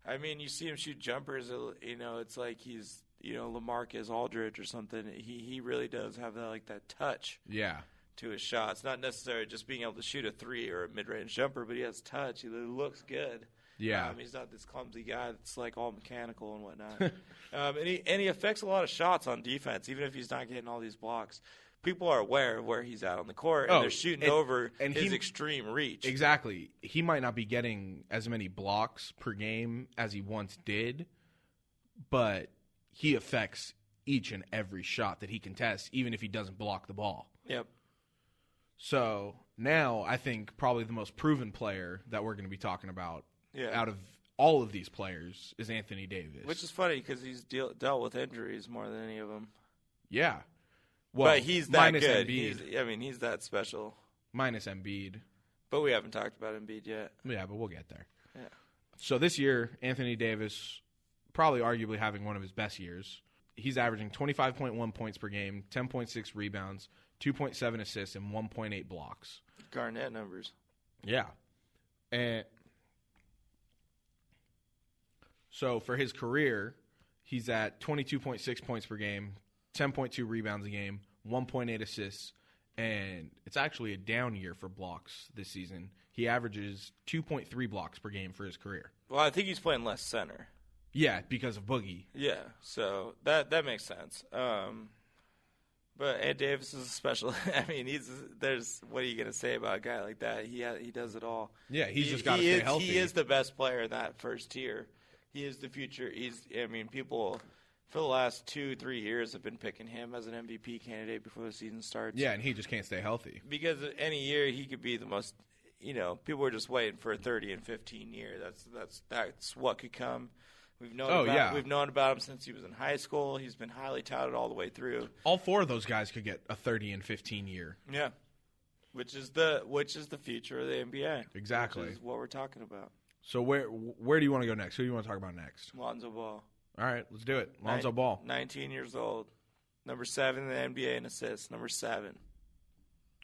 C: I mean, you see him shoot jumpers. uh, You know, it's like he's you know Lamarcus Aldridge or something. He he really does have that like that touch
B: yeah.
C: to his shots. Not necessarily just being able to shoot a three or a mid range jumper, but he has touch. He looks good.
B: Yeah.
C: Um, he's not this clumsy guy that's like all mechanical and whatnot. um, and, he, and he affects a lot of shots on defense, even if he's not getting all these blocks. People are aware of where he's at on the court, and
B: Oh,
C: they're shooting
B: and-
C: over
B: and
C: his
B: he-
C: extreme reach.
B: Exactly. He might not be getting as many blocks per game as he once did, but he affects each and every shot that he contests, even if he doesn't block the ball.
C: Yep.
B: So now I think probably the most proven player that we're going to be talking about
C: Yeah.
B: out of all of these players is Anthony Davis.
C: Which is funny because he's deal, dealt with injuries more than any of them.
B: yeah. Well,
C: but he's that
B: minus
C: good.
B: Embiid.
C: He's, I mean, he's that special.
B: minus Embiid.
C: But we haven't talked about Embiid yet.
B: Yeah, but we'll get there.
C: Yeah.
B: So this year, Anthony Davis probably arguably having one of his best years. He's averaging 25.1 points per game, 10.6 rebounds, 2.7 assists, and 1.8 blocks.
C: Garnett numbers.
B: Yeah. And so for his career, he's at 22.6 points per game, 10.2 rebounds a game, 1.8 assists, and it's actually a down year for blocks this season. He averages 2.3 blocks per game for his career.
C: Well, I think he's playing less center.
B: Yeah, because of Boogie.
C: Yeah, so that that makes sense. Um, but Ed Davis is a special. I mean, he's there's what are you gonna say about a guy like that? He ha- he does it all.
B: Yeah, he's just
C: He-
B: gotta
C: he
B: stay
C: is-
B: healthy.
C: He is the best player in that first tier. He is the future. He's I mean, people for the last two three years have been picking him as an MVP candidate before the season starts.
B: Yeah, and he just can't stay healthy.
C: because any year he could be the most. You know, people are just waiting for a thirty and fifteen year. That's that's that's what could come. We've known.
B: Oh,
C: about,
B: yeah.
C: We've known about him since he was in high school. He's been highly touted all the way through.
B: All four of those guys could get a 30 and 15 year.
C: Yeah, which is the which is the future of the NBA.
B: Exactly.
C: which is what we're talking about.
B: So where where do you want to go next? Who do you want to talk about next?
C: Lonzo Ball,
B: All right, let's do it. Lonzo
C: Nin-
B: Ball.
C: nineteen years old, number seven in the NBA in assists, number seven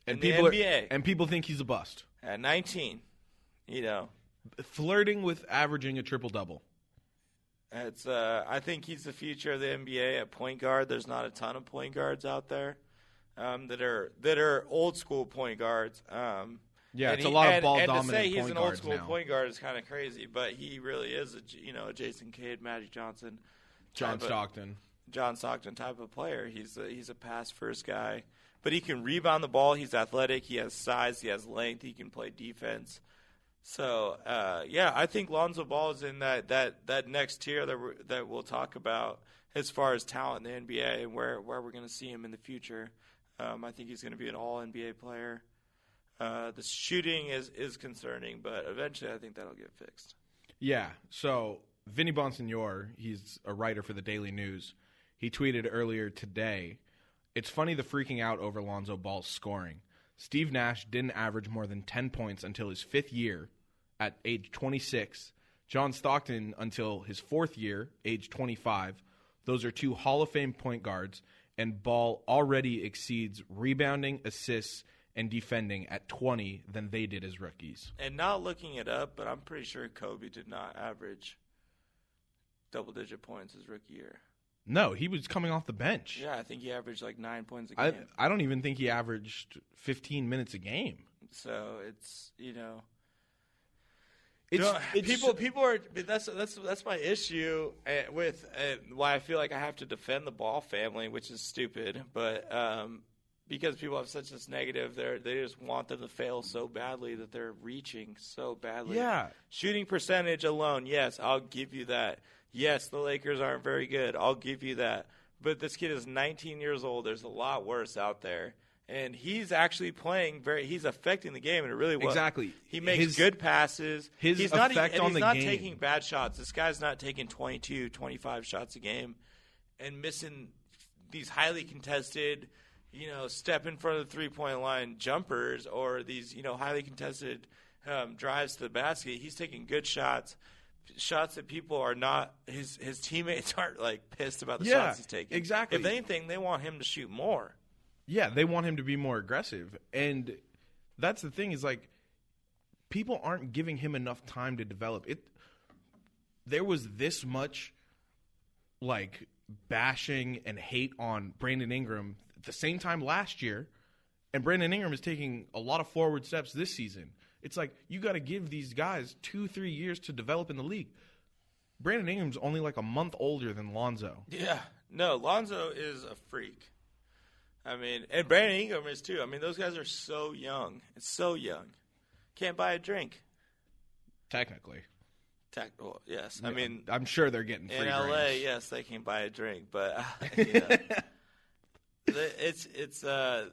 B: And
C: in the
B: people are-
C: NBA.
B: and people think he's a bust.
C: at nineteen. You know,
B: flirting with averaging a triple double.
C: It's uh, I think he's the future of the NBA at point guard. There's not a ton of point guards out there um, that are that are old school point guards. Um,
B: Yeah,
C: And
B: it's a lot of
C: and- and
B: ball-dominant
C: to say he's
B: point
C: an
B: guards
C: old school
B: now.
C: point guard is kind of crazy, but he really is a J- you know a Jason Kidd, Magic Johnson, uh,
B: John
C: type of-
B: Stockton.
C: John Stockton type of player. He's a, he's a pass first guy, but he can rebound the ball. He's athletic. He has size. He has length. He can play defense. So uh, yeah, I think Lonzo Ball is in that that, that next tier that we're, that we'll talk about as far as talent in the NBA and where where we're going to see him in the future. Um, I think he's going to be an All NBA player. Uh, the shooting is is concerning, but eventually I think that'll get fixed.
B: Yeah. So Vinny Bonsignor, he's a writer for the Daily News. He tweeted earlier today, "It's funny the freaking out over Lonzo Ball's scoring. Steve Nash didn't average more than 10 points until his 5th year at age 26. John Stockton until his 4th year, age 25. Those are two Hall of Fame point guards and Ball already exceeds rebounding, assists, and defending at 20 than they did as rookies."
C: and not looking it up, but I'm pretty sure Kobe did not average double digit points his rookie year.
B: No, he was coming off the bench.
C: Yeah, I think he averaged like nine points a
B: I
C: game.
B: I don't even think he averaged 15 minutes a game.
C: so it's you know,
B: It's,
C: Don't-
B: it's-
C: people people are but that's that's that's my issue eh, with eh, why I feel like I have to defend the Ball family, which is stupid, but um, because people have such this negative, they they just want them to fail so badly that they're reaching so badly.
B: Yeah.
C: shooting percentage alone, yes, I'll give you that. Yes, the Lakers aren't very good. I'll give you that. But this kid is 19 years old. There's a lot worse out there. And he's actually playing very. He's affecting the game in a really well.
B: Exactly.
C: He makes
B: His-
C: good passes
B: his
C: he's not, e-
B: effect
C: and
B: on
C: he's
B: the
C: not
B: game.
C: taking bad shots. This guy's not taking 22, 25 shots a game and missing these highly contested, you know, step in front of the three point line jumpers or these, you know, highly contested um, drives to the basket. He's taking good shots, shots that people are not, his, his teammates aren't like pissed about the
B: Yeah,
C: shots he's taking.
B: exactly.
C: If anything, they want him to shoot more.
B: yeah, they want him to be more aggressive, and that's the thing is like people aren't giving him enough time to develop. It there was this much like bashing and hate on Brandon Ingram at the same time last year, and Brandon Ingram is taking a lot of forward steps this season. It's like you got to give these guys two, three years to develop in the league. Brandon Ingram's only like a month older than Lonzo.
C: Yeah. No, Lonzo is a freak. I mean, and Brandon Ingram is too. I mean, those guys are so young. It's so young. Can't buy a drink.
B: Technically,
C: Tac- well, yes. I mean,
B: I'm sure they're getting free
C: in LA,
B: drinks.
C: yes, they can buy a drink, but uh, you know, the- it's it's uh,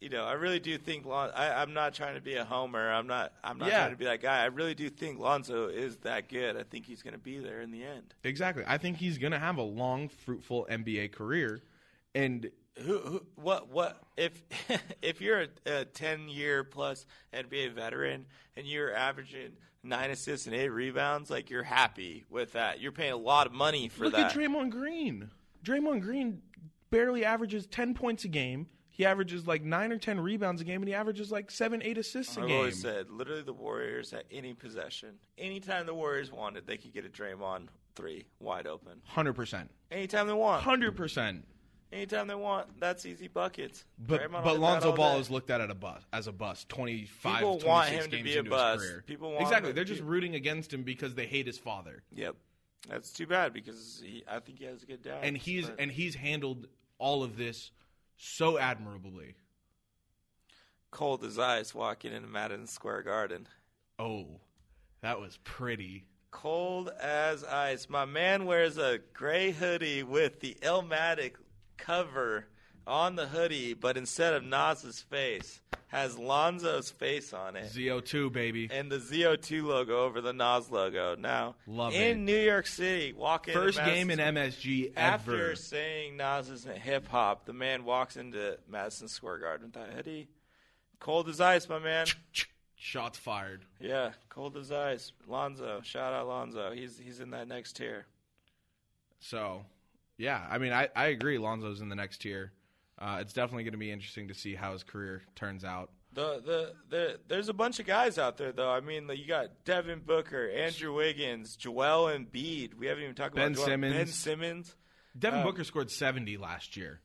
C: you know, I really do think Lon- I, I'm not trying to be a homer. I'm not. I'm not
B: Yeah.
C: trying to be that guy. I really do think Lonzo is that good. I think he's going to be there in the end.
B: Exactly. I think he's going to have a long, fruitful NBA career. And
C: who, who what what if if you're a, a 10 year plus NBA veteran and you're averaging 9 assists and 8 rebounds like you're happy with that you're paying a lot of money for
B: look
C: that
B: at Draymond Green. Draymond Green barely averages 10 points a game. He averages like 9 or 10 rebounds a game, and he averages like 7, 8 assists a
C: I've
B: game.
C: always said literally the Warriors at any possession anytime the Warriors wanted they could get a Draymond 3 wide open
B: 100%.
C: anytime they want
B: 100%.
C: anytime they want that's easy buckets
B: But,
C: Draymond
B: but
C: did that
B: Lonzo
C: all
B: Ball
C: day.
B: is looked at at a bus, as a bust. 25,
C: People
B: 26
C: want him to
B: games
C: be a
B: into
C: bust.
B: His career.
C: People want
B: exactly.
C: him-
B: They're just rooting against him because they hate his father.
C: yep that's too bad because he, I think he has a good dad
B: And he's
C: but-
B: and he's handled all of this so admirably.
C: cold as ice walking into Madison Square Garden.
B: Oh, that was pretty.
C: Cold as ice. My man wears a gray hoodie with the Elmatic cover on the hoodie, but instead of Nas's face, has Lonzo's face on it.
B: ZO2, baby.
C: and the ZO2 logo over the Nas logo. Now,
B: Love
C: in
B: it.
C: New York City, walking
B: First game in MSG
C: after
B: ever.
C: saying Nas isn't hip hop, the man walks into Madison Square Garden with that hoodie. Cold as ice, my man.
B: Shots fired.
C: Yeah, cold as ice. Lonzo, shout out Lonzo. He's he's in that next tier.
B: So, yeah, I mean, I, I agree. Lonzo's in the next tier. Uh, it's definitely going to be interesting to see how his career turns out.
C: The, the the there's a bunch of guys out there though. I mean, like, you got Devin Booker, Andrew Wiggins, Joel Embiid. We haven't even talked
B: Ben
C: about Joel.
B: Simmons.
C: Ben Simmons.
B: Devin
C: Um,
B: Booker scored 70 last year.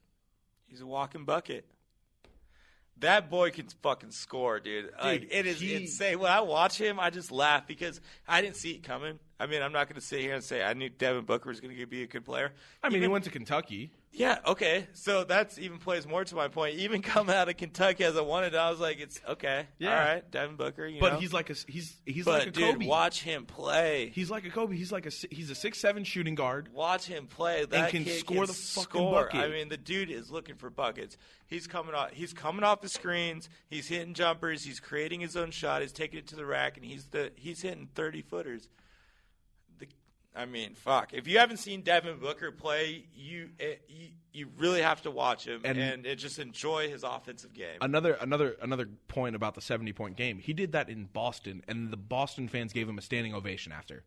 C: He's a walking bucket. That boy can fucking score, dude. Like it is
B: he-
C: insane. When I watch him, I just laugh because I didn't see it coming. I mean, I'm not going to sit here and say I knew Devin Booker was going to be a good player.
B: I mean, he
C: Even-
B: went to Kentucky.
C: yeah, okay. So that's even plays more to my point. Even coming out of Kentucky as a wanted, I was like, it's okay.
B: Yeah.
C: All right, Devin Booker. You
B: But
C: know?
B: he's like a he's he's
C: but
B: like a
C: dude,
B: Kobe.
C: watch him play.
B: He's like a Kobe. He's like a si- he's a six seven shooting guard.
C: Watch him play. That
B: can
C: kid
B: score
C: can
B: the fucking
C: score.
B: bucket.
C: I mean, the dude is looking for buckets. He's coming off. He's coming off the screens. He's hitting jumpers. He's creating his own shot. He's taking it to the rack, and he's the he's hitting thirty footers. The, I mean, fuck. If you haven't seen Devin Booker play, you eh, you, you really have to watch him
B: And-
C: and, eh, just enjoy his offensive game.
B: Another another another point about the seventy point game. He did that in Boston, and the Boston fans gave him a standing ovation after.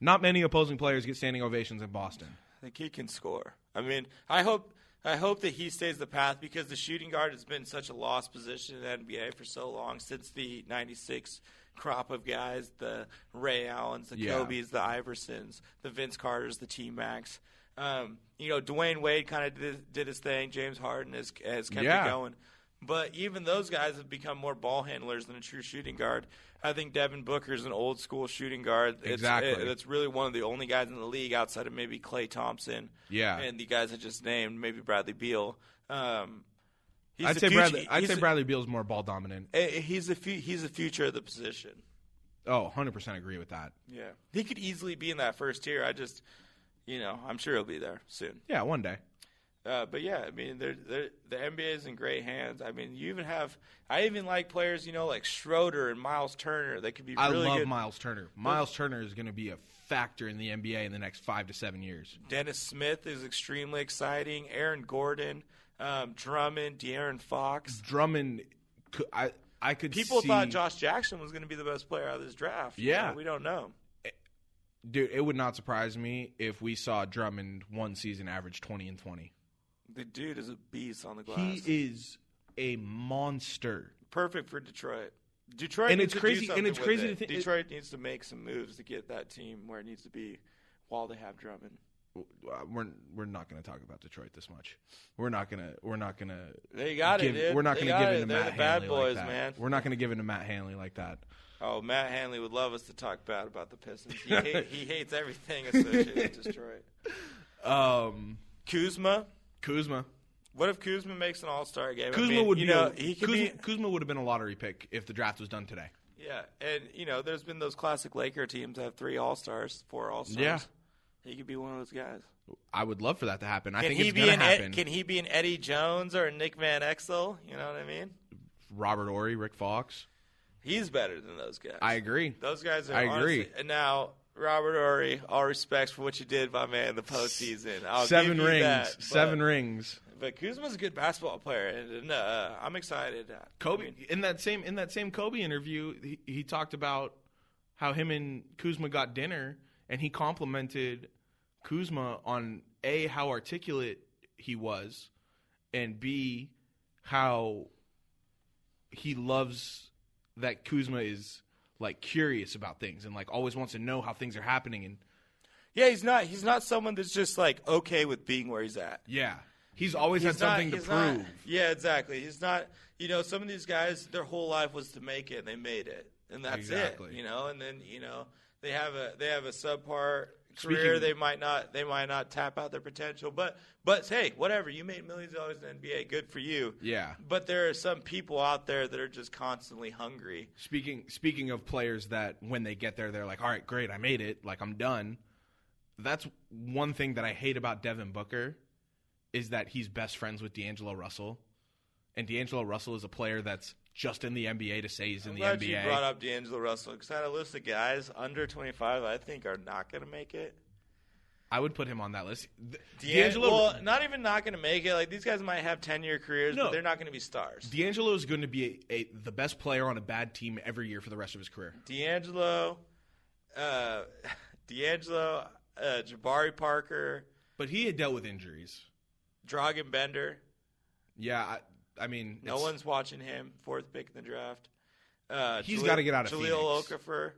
B: Not many opposing players get standing ovations in Boston.
C: The kid can score. I mean, I hope I hope that he stays the path because the shooting guard has been such a lost position in the NBA for so long since the '96 crop of guys, the Ray Allens, the
B: Yeah.
C: Kobe's, the Iversons, the Vince Carter's, the T Max. Um, you know, Dwayne Wade kind of did, did his thing. James Harden has, has kept
B: Yeah.
C: it going. But even those guys have become more ball handlers than a true shooting guard. I think Devin Booker is an old school shooting guard. It's-
B: Exactly.
C: it- it's really one of the only guys in the league outside of maybe Clay Thompson.
B: Yeah.
C: And the guys I just named, maybe Bradley Beal. Um, he's
B: I'd
C: the
B: say
C: future-
B: Bradley. I'd
C: he's
B: say
C: the-
B: Bradley Beal's more ball dominant.
C: eh, He's the fu- he's the future of the position.
B: Oh, 100 percent agree with that.
C: Yeah. He could easily be in that first tier. I just, you know, I'm sure he'll be there soon.
B: Yeah, one day.
C: Uh, but yeah, I mean, they're, they're, the NBA is in great hands. I mean, you even have I even like players, you know, like Schroeder and Miles Turner. They could be
B: I
C: really
B: love
C: good.
B: Miles Turner. Miles Turner is going to be a factor in the NBA in the next five to seven years.
C: Dennis Smith is extremely exciting. Aaron Gordon, um, Drummond, De'Aaron Fox.
B: Drummond, could, I I could
C: People
B: see,
C: thought Josh Jackson was going to be the best player out of this draft. You
B: Yeah.
C: know, we don't know.
B: dude. It would not surprise me if we saw Drummond one season average 20 and 20.
C: The dude is a beast on the
B: He
C: glass.
B: is a monster.
C: perfect for Detroit. Detroit
B: And it's
C: needs to do
B: crazy- and
C: something
B: it's
C: with
B: crazy
C: it.
B: to think-
C: Detroit needs to make some moves to get that team where it needs to be while they have Drummond.
B: Uh, We're we're not going to talk about Detroit this much. We're not gonna we're not gonna
C: They got
B: give,
C: it. Dude.
B: we're not
C: They
B: gonna
C: got
B: give
C: it.
B: in to
C: They're
B: Matt
C: the bad
B: Hanley
C: boys,
B: like that.
C: man.
B: We're not gonna give in to Matt Hanley like that.
C: Oh, Matt Hanley would love us to talk bad about the Pistons. He, hate, he hates everything associated with Detroit.
B: Um,
C: Kuzma.
B: Kuzma.
C: What if Kuzma makes an All Star game? I
B: Kuzma
C: mean,
B: would
C: you
B: be,
C: know
B: a,
C: he could
B: Kuzma,
C: be
B: Kuzma would have been a lottery pick if the draft was done today.
C: yeah, and you know there's been those classic Laker teams that have three All Stars, four All Stars.
B: Yeah.
C: he could be one of those guys.
B: I would love for that to happen. I
C: Can
B: think
C: he
B: it's
C: be
B: gonna
C: an Ed,
B: happen.
C: Can he be an Eddie Jones or a Nick Van Exel? You know what I mean?
B: Robert Ory, Rick Fox.
C: He's better than those guys.
B: I agree.
C: Those guys are.
B: I agree.
C: honestly- and now Robert Ory, all respects for what you did, my man, in the postseason. I'll
B: seven
C: give you
B: rings.
C: that, but-
B: seven rings.
C: But Kuzma's a good basketball player, and, and, uh, I'm excited.
B: Kobe
C: I mean,
B: in that same in that same Kobe interview, he, he talked about how him and Kuzma got dinner, and he complimented Kuzma on a how articulate he was, and b how he loves that Kuzma is like curious about things and like always wants to know how things are happening and
C: yeah, he's not. He's not someone that's just like okay with being where he's at.
B: yeah, he's always had
C: He's not-
B: something to
C: he's
B: prove.
C: not- yeah, exactly. He's not. You know, some of these guys, their whole life was to make it, and they made it, and that's
B: Exactly.
C: it. You know, and then you know they have a they have a subpar
B: Speaking-
C: career. They might not they might not tap out their potential, but but hey, whatever. You made millions of dollars in the NBA. Good for you.
B: Yeah.
C: But there are some people out there that are just constantly hungry.
B: Speaking speaking of players that when they get there they're like, "All right, great, I made it. Like I'm done." That's one thing that I hate about Devin Booker is that he's best friends with D'Angelo Russell. And D'Angelo Russell is a player that's just in the NBA to say he's in
C: I'm
B: the
C: glad you brought
B: NBA.
C: up D'Angelo Russell because I had a list of guys under 25 I think are not going to make it.
B: I would put him on that list. Th-
C: D'Angelo,
B: D'Angelo
C: well, not even not going to make it. Like these guys might have ten year careers,
B: No.
C: but they're not going to be stars.
B: D'Angelo is going to be a, a, the best player on a bad team every year for the rest of his career.
C: D'Angelo, uh, D'Angelo, uh, Jabari Parker,
B: But he had dealt with injuries.
C: Dragon Bender.
B: Yeah, I, I mean,
C: No
B: it's-
C: one's watching him. Fourth pick in the draft. Uh,
B: He's
C: Jaleel-
B: gotta get out of
C: Jaleel
B: Phoenix.
C: Okafor.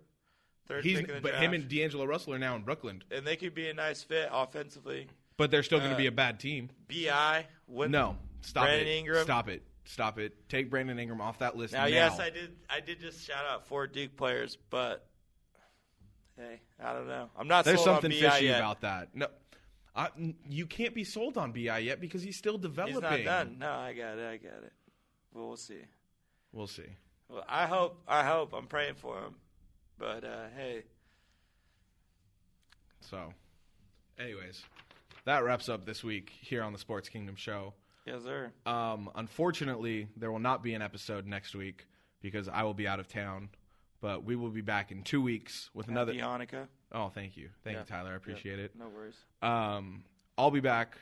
C: Third
B: he's,
C: pick in the
B: but
C: draft.
B: him and D'Angelo Russell are now in Brooklyn,
C: and they could be a nice fit offensively.
B: but they're still going to
C: Uh,
B: be a bad team.
C: Bi. Win-
B: No, stop
C: Brandon
B: it.
C: Ingram.
B: Stop it. Stop it. Take Brandon Ingram off that list.
C: Now, yes, I did. I did just shout out four Duke players, but hey, I don't know. I'm not.
B: There's
C: sold on
B: something
C: BI
B: fishy
C: yet.
B: about that. No, I, you can't be sold on Bi yet because he's still developing.
C: He's not done. No, I got it. I got it. But we'll see.
B: We'll see.
C: Well, I hope. I hope. I'm praying for him. But uh, hey,
B: So, anyways, that wraps up this week here on the Sports Kingdom Show.
C: yes, sir.
B: Um, unfortunately, there will not be an episode next week because I will be out of town. But we will be back in two weeks with another.
C: Happy Hanukkah.
B: Oh, thank you, thank
C: Yeah.
B: you, Tyler. I appreciate it.
C: No worries.
B: Um, I'll be back,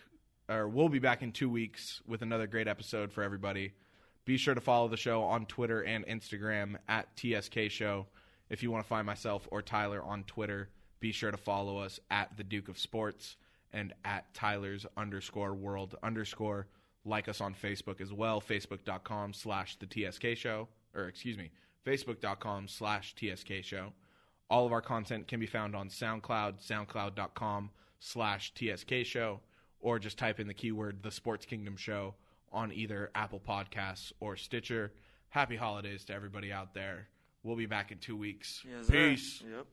B: or we'll be back in two weeks with another great episode for everybody. Be sure to follow the show on Twitter and Instagram at TSK Show. If you want to find myself or Tyler on Twitter, be sure to follow us at the Duke of Sports and at Tyler's underscore world underscore. Like us on Facebook as well, facebook.com slash the TSK show, or excuse me, facebook.com slash TSK show. All of our content can be found on SoundCloud, soundcloud.com slash TSK show, or just type in the keyword The Sports Kingdom Show on either Apple Podcasts or Stitcher. Happy holidays to everybody out there. We'll be back in two weeks.
C: Yes, sir.
B: Peace.
C: Yep.